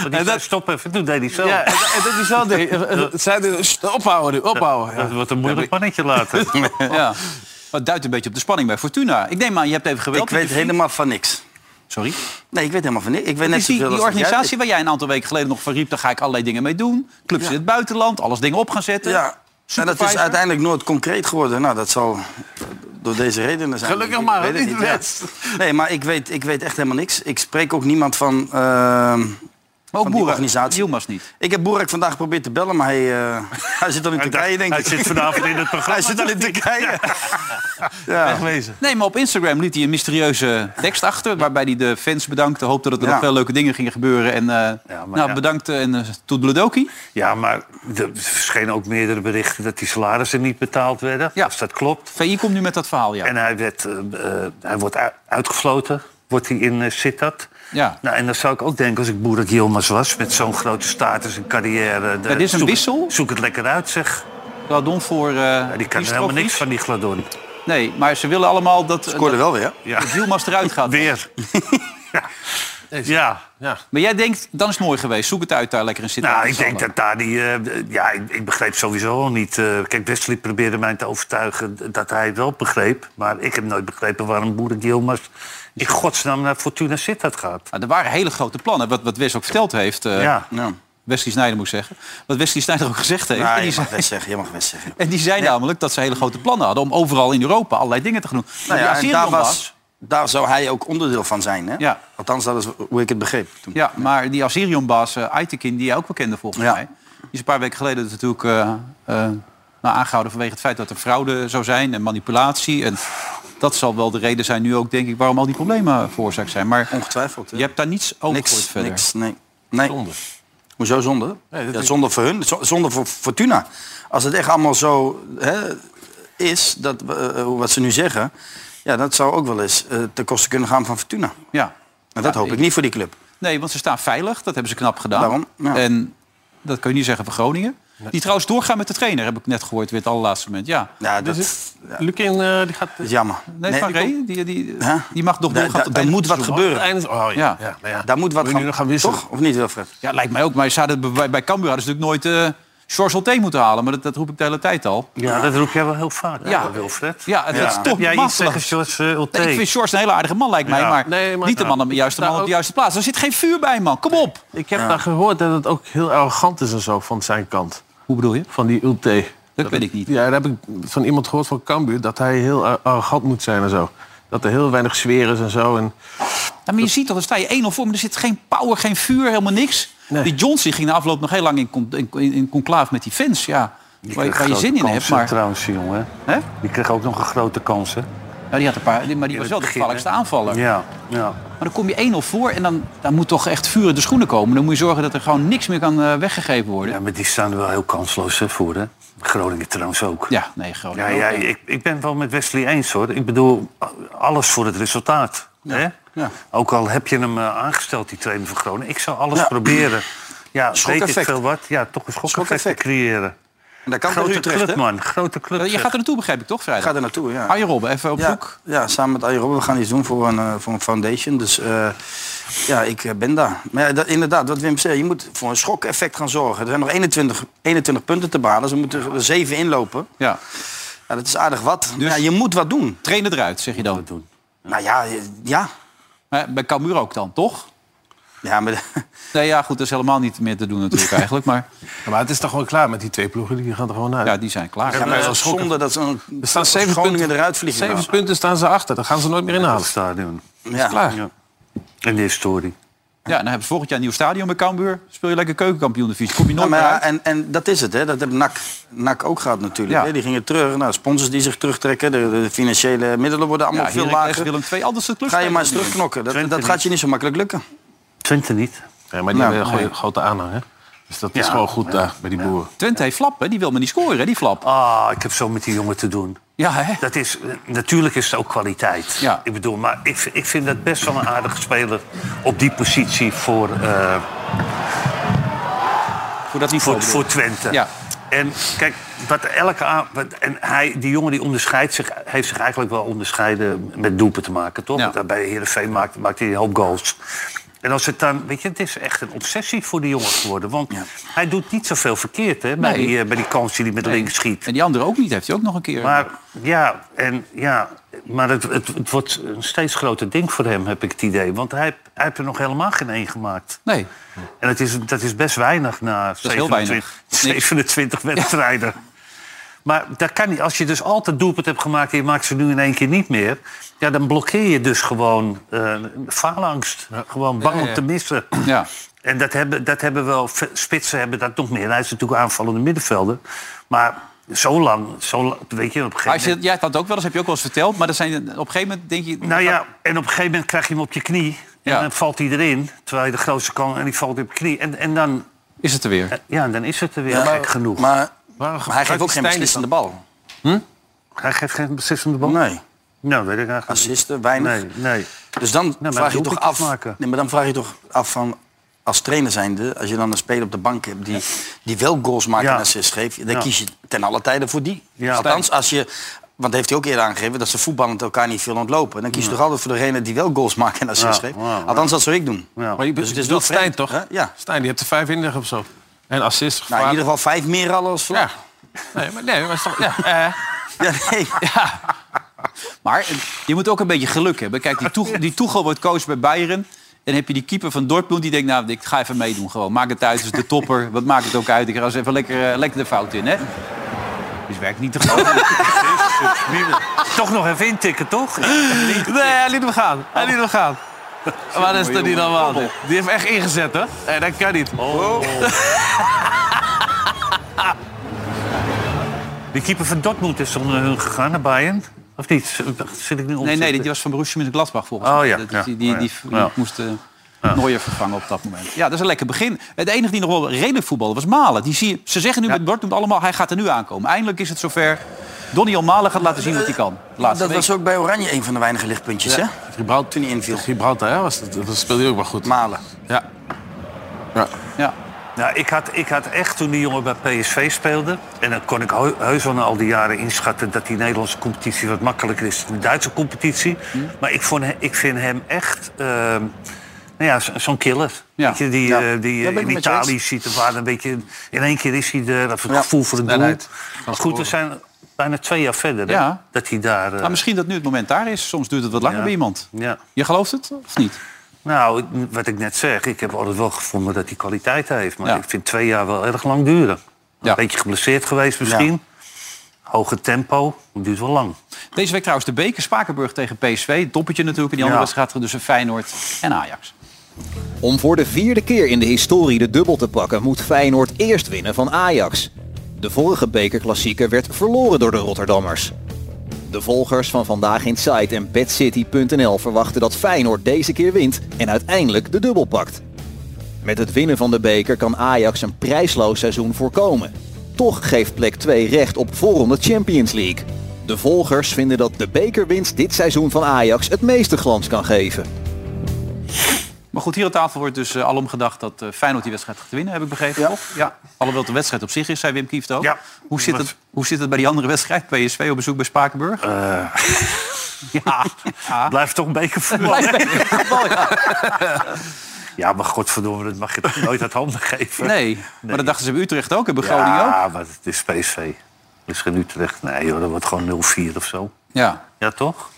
Want die zei, stop even. Toen deed hij zo. Ja, en dat- en dat is wel... de- eh, Zij de- "Sst, ophouden nu, ophouden. Dat Ja. wordt een moeilijk pannetje later. Ja. Dat duidt een beetje op de spanning bij Fortuna. Ik neem aan, je hebt even geweld. Ik weet helemaal van niks. Sorry? Nee, ik weet helemaal van niks. Ik weet Net net is die, zoveel die als dat jij organisatie waar jij een aantal weken geleden nog van riep... daar ga ik allerlei dingen mee doen. Clubs in het buitenland, alles dingen op gaan zetten. weet. Ja. En dat is Supervisor. uiteindelijk nooit concreet geworden. Nou, dat zal door deze redenen zijn. Gelukkig Ik- ik maar, weet hè, het niet ja. best. Nee, maar ik weet, ik weet echt helemaal niks. Ik spreek ook niemand van... ehm, Maar ook eh, van die Boerak. organisatie. Yilmaz niet. Ik heb Boerak vandaag geprobeerd te bellen, maar hij, eh, hij zit dan in Turkije, denk ik. hij zit vanavond in het programma, Hij zit dan in Turkije. Ja. Wegwezen. Nee, maar op Instagram liet hij een mysterieuze tekst achter... waarbij hij de fans bedankte, hoopte dat er Ja. nog veel leuke dingen gingen gebeuren. En eh, nou, ja. bedankt eh, en uh, toedeledokie. Ja, maar er verschenen ook meerdere berichten dat die salarissen niet betaald werden. Als dat klopt. VI komt nu met dat verhaal, ja. En hij, werd, eh, eh, hij wordt u- uitgefloten, wordt hij in eh Sittard. Ja. Nou, en dan zou ik ook denken, als ik Boerak Yilmaz was... met zo'n grote status en carrière... dit is een wissel? Zoek het lekker uit, zeg. Gladon voor... eh, die kan helemaal niks van die Gladon. Nee, maar ze willen allemaal dat... dat- Scoorde wel weer, hè? Ja. Dat Yilmaz eruit gaat. Weer. Ja. ja. Maar jij denkt, dan is het mooi geweest. Zoek het uit daar lekker in zitten. Nou, ik denk dat daar die... eh, ja, ik, ik begreep sowieso al niet... eh, kijk, Wesley probeerde mij te overtuigen dat hij het wel begreep. Maar ik heb nooit begrepen waarom Boerak Yilmaz... in godsnaam naar Fortuna Sittard gaat. er waren hele grote plannen, wat, wat Wes ook verteld heeft. eh, Ja. Nou Wesley Snijder moet ik zeggen. Wat Wesley Snijder ook gezegd heeft. Ja, en, die je zei, mag best zeggen, je mag best zeggen. en die zei namelijk dat ze hele grote plannen hadden om overal in Europa allerlei dingen te gaan doen. Nou Maar ja, die en daar, Assyrië was, daar zou hij ook onderdeel van zijn. Hè? Ja. Althans, dat is hoe ik het begreep. Toen. Ja, maar die Assyrion-baas eh, Aytekin, die jij ook wel kende volgens mij... die is een paar weken geleden natuurlijk eh, eh, nou, aangehouden vanwege het feit dat er fraude zou zijn en manipulatie. En dat zal wel de reden zijn nu ook, denk ik, waarom al die problemen veroorzaakt zijn. Maar Ongetwijfeld. Je hebt daar niets over Niks, gehoord verder. niks, nee. nee. Zonde. Hoezo zonde? ja, zonde voor hun, zo- zonde voor Fortuna. Als het echt allemaal zo hè, is, dat, we, eh, wat ze nu zeggen... Ja, dat zou ook wel eens eh ten koste kunnen gaan van Fortuna. Ja. En dat Ja, hoop ik niet voor die club. Nee, want ze staan veilig. Dat hebben ze knap gedaan. Daarom, ja. En dat kun je niet zeggen van Groningen. Die trouwens doorgaan met de trainer, heb ik net gehoord weer het allerlaatste moment. Ja, Ja, Dus dat is- Lukin eh, die gaat... is jammer. Nee, Van Rey, die, die, Huh? die mag nog Daar- doorgaan. daar- tot daar eind moet van wat het seizoen. gebeuren. Eindelijk- oh, ja. Ja. Ja. nou ja. Daar moet wat Wil je gaan, nu nog gaan wisselen? Toch? Of niet, Wilfred? Ja, lijkt mij ook. Maar ze hadden bij, bij Cambuur hadden ze natuurlijk nooit eh George Solté moeten halen. Maar dat, dat roep ik de hele tijd al. Ja, Nou, dat roep jij wel heel vaak, Ja. ja. Wilfred. Ja, het- het is toch Heb jij iets makkelijk. tegen George eh, Ulte? Nee, ik vind George een hele aardige man, lijkt mij. Ja. Maar, Nee, maar- Nou, niet de man, op de juiste man op de juiste plaats. Er zit geen vuur bij, man. Kom op. Ik heb daar gehoord dat het ook heel arrogant is en zo van zijn kant. Hoe bedoel je? Van die Ulte. Dat, weet ik niet. Ja, daar heb ik van iemand gehoord van Cambuur dat hij heel ar- arrogant moet zijn en zo. Dat er heel weinig sfeer is en zo. En Ja, maar je ziet toch, dan sta je 1-0 voor, maar er zit geen power, geen vuur, helemaal niks. Die Johnson ging na afloop nog heel lang in, con- in, in, in conclave met die fans. Ja, waar, je- waar je Grote zin in hebt. kansen Maar Trouwens, jongen. Hè? Die kreeg ook nog een grote kans, hè? Ja, die had een paar, die- maar die was wel de gevaarlijkste aanvaller. Ja, ja. Maar dan kom je 1-0 voor en dan, dan moet toch echt vuur in de schoenen komen. Dan moet je zorgen dat er gewoon niks meer kan eh, weggegeven worden. Ja, maar die staan er wel heel kansloos hè, voor, hè? Groningen trouwens ook. Ja, nee, Groningen Ja, ja, ook, ja. ik, ik ben wel met Wesley eens, hoor. Ik bedoel, alles voor het resultaat. Hè? Ook al heb je hem eh, aangesteld, die trainer van Groningen. Ik zou alles proberen. Ja, weet ik Schokeffect. veel wat. Ja, toch een schokeffect te Schokeffect. creëren. En dat kan grote tegen Utrecht, hè? club, man. Grote club. Je zeg. gaat er naartoe, begrijp ik toch, Ik vrijdag? ga er naartoe, ja. Arjen Robben, even op ja, zoek. Ja, samen met Arjen Robben. We gaan iets doen voor een, eh, voor een foundation. Dus eh, ja, ik eh, ben daar. Maar ja, dat, inderdaad, wat Wim zei, je moet voor een schok-effect gaan zorgen. Er zijn nog 21, 21 punten te behalen. Ze moeten er 7 inlopen. Ja. Ja, dat is aardig wat. ja, je moet wat doen. Dus- Trainen eruit, zeg je dan. Nou ja, eh, ja. Maar Bij Cambuur ook dan, toch? Ja, maar... Nee, ja, goed, dat is helemaal niet meer te doen natuurlijk eigenlijk. Maar Ja, Maar het is toch gewoon klaar met die twee ploegen, die gaan er gewoon uit. ja, die zijn klaar. Ja, maar het is zonde dat zo'n Er staan zeven Groningen punten, eruit vliegen. zeven nou. punten staan ze achter, dat gaan ze nooit meer inhalen. Het stadion. Ja. Klaar. En de historie. Ja, dan hebben ze volgend jaar een nieuw stadion bij Cambuur. Speel je lekker keukenkampioen divisie. Kom je Ja, nooit maar meer ja, uit. en, en dat is het, hè. dat heb NAC, NAC ook gehad natuurlijk. Ja. hè. Die gingen terug, nou, sponsors die zich terugtrekken, de, de financiële middelen worden allemaal Ja, veel Heracles, lager. Willem twee anders soort clubs Ga je maar eens spelen. terugknokken, dat, Twente dat gaat je niet zo makkelijk lukken. Twente niet. Ja, maar Nou, die hebben een goeie- nee. grote aanhang, hè? Dus dat is Ja, gewoon goed daar, bij die boeren. Twente heeft flap, hè? Die wil maar niet scoren, hè, die flap. Ah, ik heb zo met die jongen te doen. Ja, hè? Dat is, eh, natuurlijk is het ook kwaliteit. Ja. Ik bedoel, maar ik, vind- ik vind dat best wel een aardige speler op die positie voor, eh, Voor dat niveau. voor, bedoel voor ik. Twente. Ja. En kijk, wat elke aan, wat- en hij, die jongen die onderscheidt zich, heeft zich eigenlijk wel onderscheiden met doepen te maken, toch? Ja. Want bij Heerenveen maakt, maakt hij een hoop goals. En als het dan, weet je, het is echt een obsessie voor die jongen geworden. Want hij doet niet zoveel verkeerd, hè? Bij, Nee. die, eh, bij die kans die hij met links schiet. En die andere ook niet, heeft hij ook nog een keer. Maar ja, en, ja, maar het, het, het wordt een steeds groter ding voor hem, heb ik het idee. Want hij, hij heeft er nog helemaal geen één gemaakt. Nee, En dat is, dat is best weinig na heel 27 weinig. 27 wedstrijden. Maar dat kan niet. Als je dus altijd doelpunt hebt gemaakt en je maakt ze nu in één keer niet meer... Ja, dan blokkeer je dus gewoon eh faalangst. Gewoon bang Ja, ja. om te missen. Ja. En dat hebben, dat hebben wel, v- spitsen hebben dat nog meer. Hij is natuurlijk aanvallende middenvelder. Maar zo lang, zo lang weet je, op een gegeven Als moment... je, jij had dat ook wel eens, heb je ook wel eens verteld. Maar dat zijn, op een gegeven moment denk je... Nou ja, en op een gegeven moment krijg je hem op je knie. En dan valt hij erin, terwijl je de grootste kan en die valt op je knie. En, en dan... Eh, Is het er weer? Ja, dan is het er weer Ja, maar- gek genoeg. Maar, Waarom maar hij geeft ook gebruikt geen Stijn beslissende dit bal. Hij geeft geen beslissende bal? Nee. Nou, weet ik eigenlijk Assisten, weinig. Nee, nee. Nou, Dus dan maar vraag je toch doelpuntjes af. maken. Nee, maar dan vraag je toch af van als trainer zijnde, als je dan een speler op de bank hebt die, die wel goals maakt en assists geeft, dan Ja. kies je ten alle tijde voor die. Althans, als je, want heeft hij ook eerder aangegeven dat ze voetballend elkaar niet veel ontlopen. Dan kies je Ja. toch altijd voor degene die wel goals maakt en assists Ja, geeft. ja, ja. Althans, dat zou ik doen. Maar je Dus dus het het is wel Stijn vreemd, toch? Ja. Stijn, die hebt er vijf in liggen of zo. En assist. Nou, in ieder geval vijf meer al als vlak. Nee, maar nee, maar is toch... Ja, eh. Ja, nee. Maar je moet ook een beetje geluk hebben. Kijk, die, Tuchel- die Tuchel wordt coach bij Bayern. En heb je die keeper van Dortmund die denkt, nou, ik ga even meedoen gewoon. Maak het uit, het is de topper. Wat maakt het ook uit? Ik ga eens even lekker, eh, lekker de fout in, hè? Dus werkt niet te geloven. toch nog even intikken, toch? Nee, hij liet hem gaan. Hij liet hem gaan. Maar dat is toch jongen. niet normaal. dit? Die heeft echt ingezet, hè? Nee, dat kan niet. De keeper van Dortmund is onder hun gegaan naar Bayern. Of niet? Zit ik nu op? Nee, nee, die was van Borussia Mönchengladbach volgens Oh, mij. ja, Dat- ja, Die, die, ja. die, die Ja. moest eh Neuer vervangen op dat moment. Ja, dat is een lekker begin. Het enige die nog wel redelijk voetbalde was Malen. Die zie je, ze zeggen nu met Dortmund allemaal, hij gaat er nu aankomen. Eindelijk is het zover. Donny Malen gaat laten zien wat hij kan. Laatste Eh, dat week. was ook bij Oranje een van de weinige lichtpuntjes, hè? Gibraltar, toen hij inviel. Gibraltar, hè? Was, dat dat speelde hij ook wel goed. Malen. Ja. Ja. Ja. Nou, ik, had, ik had echt toen die jongen bij PSV speelde... en dan kon ik heu- heus wel na al die jaren inschatten... dat die Nederlandse competitie wat makkelijker is dan de Duitse competitie. Mhm. Maar ik, vond, he- ik vind hem echt ehm, nou ja, zo- zo'n killer. Ja. Weet je, die Ja. eh, die Ja, eh, ben ik in met je Italië eens. ziet er waar een beetje... in één keer is hij er, dat gevoel voor het doel. Snelheid. Maar goed, we zijn bijna twee jaar verder hè, Ja. dat hij daar... eh, Nou, misschien dat nu het moment daar is. Soms duurt het wat langer Ja. bij iemand. ja. Je gelooft het of niet? Nou, ik- wat ik net zeg, ik heb altijd wel gevonden dat hij kwaliteit heeft. Maar Ja. ik vind twee jaar wel erg lang duren. Ja. Een beetje geblesseerd geweest misschien. Hoge tempo, het duurt wel lang. Deze week trouwens de beker Spakenburg tegen PSV. Het Toppetje natuurlijk. En die andere Ja. wedstrijd tussen Feyenoord en Ajax. Om voor de vierde keer in de historie de dubbel te pakken moet Feyenoord eerst winnen van Ajax. De vorige bekerklassieker werd verloren door de Rotterdammers. De volgers van Vandaag Inside en BadCity.nl verwachten dat Feyenoord deze keer wint en uiteindelijk de dubbel pakt. Met het winnen van de beker kan Ajax een prijsloos seizoen voorkomen. Toch geeft plek 2 recht op voorronde Champions League. De volgers vinden dat de bekerwinst dit seizoen van Ajax het meeste glans kan geven. Maar goed, hier aan tafel wordt dus eh, alom gedacht dat eh, Feyenoord die wedstrijd gaat winnen, heb ik begrepen, toch? Ja. Alhoewel het de wedstrijd op zich is, zei Wim Kieft ook. Hoe, zit het, hoe zit het bij die andere wedstrijd? PSV op bezoek bij Spakenburg? Eh. ja. Blijft toch een beetje voetbal. Blijft een beetje voetbal, Ah. ja. Ja, maar godverdomme, dat mag je toch nooit uit handen geven. Nee, maar dat dachten ze bij Utrecht ook en bij Groningen ook. ja, maar het is PSV. Dus geen Utrecht. Nee joh, dat wordt gewoon 0-4 of zo. Ja. Ja, toch?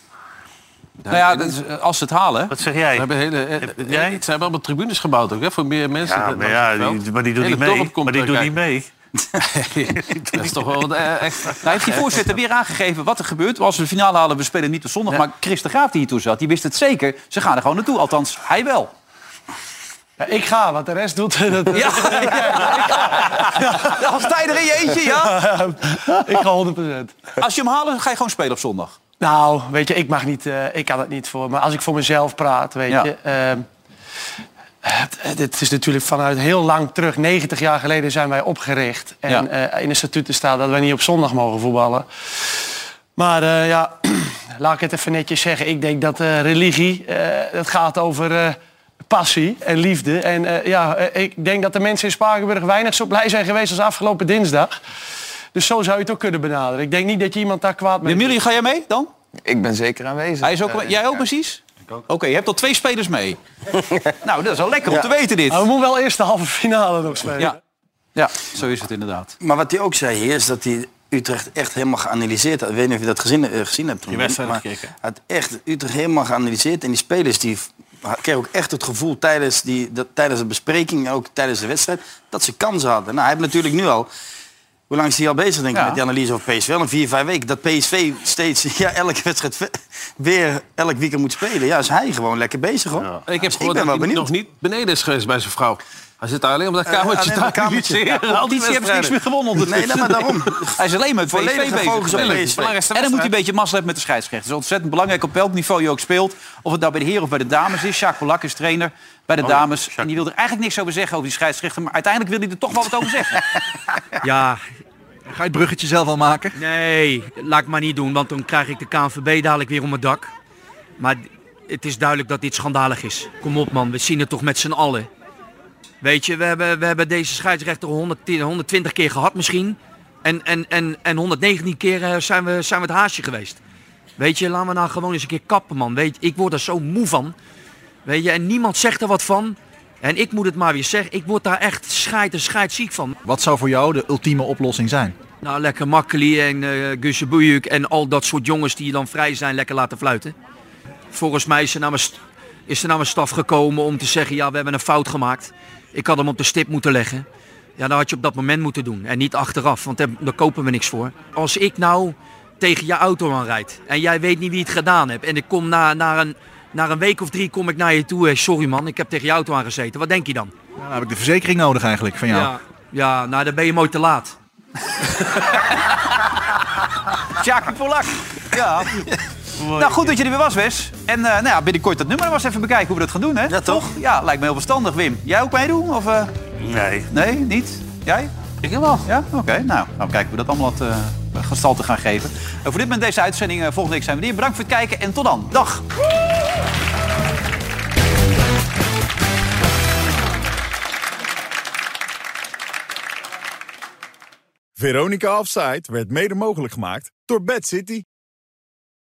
Nou ja, dat is, eh, als ze het halen. Wat zeg jij? We hebben hele, eh, eh, ze hebben allemaal tribunes gebouwd ook, hè? Voor meer mensen. Ja, maar, ja, die, maar die doen Hele niet mee. dorp komt Maar die er doen niet kijken. mee. Dat is toch wel wat, eh, extra. Nou, heeft die voorzitter weer aangegeven wat er gebeurt. Als we de finale halen, we spelen niet op zondag. Maar Chris de Graaf die hier toe zat, die wist het zeker. Ze gaan er gewoon naartoe. Althans, hij wel. Ja, ik ga, wat de rest doet. Dat, Ja, Als hij er in je eentje, ja. ik ga 100%. Als je hem halen, dan ga je gewoon spelen op zondag. Nou, weet je, ik mag niet, eh, ik kan het niet voor. Maar als ik voor mezelf praat, weet Ja. je. ehm, het, het Eh, is natuurlijk vanuit heel lang terug, 90 jaar geleden zijn wij opgericht. En Ja. eh, in de statuten staat dat wij niet op zondag mogen voetballen. Maar eh, ja, laat ik het even netjes zeggen. Ik denk dat eh, religie, eh dat gaat over eh, passie en liefde. En eh, ja, eh, ik denk dat de mensen in Spakenburg weinig zo blij zijn geweest als afgelopen dinsdag. Dus zo zou je het ook kunnen benaderen. Ik denk niet dat je iemand daar kwaad mee... Emilie, ga jij mee dan? Ik ben zeker aanwezig. Eh, Hij is ook, jij ook precies? Oké, je hebt al twee spelers mee. nou, dat is al lekker om Ja. te weten dit. Maar we moeten wel eerst de halve finale nog spelen. Ja. ja, zo is het inderdaad. Maar wat hij ook zei hier is dat hij Utrecht echt helemaal geanalyseerd had. Ik weet niet of je dat gezien, eh, gezien hebt. toen, Die wedstrijd maar gekeken. hij had echt Utrecht helemaal geanalyseerd. En die spelers die v- kregen ook echt het gevoel tijdens, die, dat, tijdens de bespreking en ook tijdens de wedstrijd dat ze kansen hadden. Nou, hij heeft natuurlijk nu al Hoe lang is hij al bezig, denk ik, Ja. met die analyse over PSV? Al een vier, vijf weken. Dat PSV steeds ja, elke wedstrijd ve- weer elk weekend moet spelen. Ja, is hij gewoon lekker bezig, hoor. Ik heb Dus gehoord ben dat wel hij benieuwd. nog niet beneden is geweest bij zijn vrouw. Hij zit daar alleen op Eh, dat kamertje. alleen op dat kamertje. Ja, al die competitie hebben ze niks meer gewonnen ondertussen. Nee, nee, maar daarom. Hij is alleen maar met Volledig PSV bezig. gefocust op geweest. PSV. Belangrijkste En dan moet wedstrijd. hij een beetje mazzel hebben met de scheidsrechter. Het is ontzettend belangrijk op welk niveau je ook speelt. Of het nou bij de heren of bij de dames is. Jacques Polak is trainer bij Oh, de dames. En die wil er eigenlijk niks over zeggen over die scheidsrechter. Maar uiteindelijk wil hij er toch wel wat over zeggen. Ja. Ga je het bruggetje zelf al maken? Nee, laat ik maar niet doen, want dan krijg ik de KNVB dadelijk weer om het dak. Maar d- het is duidelijk dat dit schandalig is. Kom op man, we zien het toch met z'n allen. Weet je, we hebben, we hebben deze scheidsrechter 110 120 keer gehad misschien. En, en, en, en 119 keer eh, zijn we, zijn we het haasje geweest. Weet je, laten we nou gewoon eens een keer kappen man. Weet, ik word er zo moe van. Weet je, en niemand zegt er wat van. En ik moet het maar weer zeggen, ik word daar echt scheid en scheidziek van. Wat zou voor jou de ultieme oplossing zijn? Nou, lekker Makkeli en eh Guusje Boejuk en al dat soort jongens die dan vrij zijn, lekker laten fluiten. Volgens mij is er, naar mijn st- is er naar mijn staf gekomen om te zeggen, ja, we hebben een fout gemaakt. Ik had hem op de stip moeten leggen. Ja, dat had je op dat moment moeten doen en niet achteraf, want daar, daar kopen we niks voor. Als ik nou tegen je auto aanrijd en jij weet niet wie het gedaan hebt en ik kom na, na, een, na een week of drie kom ik naar je toe, hey, sorry man, ik heb tegen je auto aangezeten. Wat denk je dan? Ja, dan heb ik de verzekering nodig eigenlijk van jou. Ja, ja nou dan ben je mooi te laat. Jacques Polak. Ja. Nou, goed dat je er weer was, Wes. En eh, nou ja, binnenkort dat nummer maar eens even bekijken hoe we dat gaan doen, hè? Ja, toch? Ja, lijkt me heel verstandig, Wim. Jij ook meedoen? Of, eh, Nee. Nee, niet? Jij? Ik wel. Ja? Oké, nou, gaan we kijken hoe we dat allemaal wat eh, gestalte gaan geven. Eh, voor dit moment deze uitzending. eh, volgende week zijn we hier. Bedankt voor het kijken en tot dan. Dag. Veronica Offside werd mede mogelijk gemaakt door Bad City.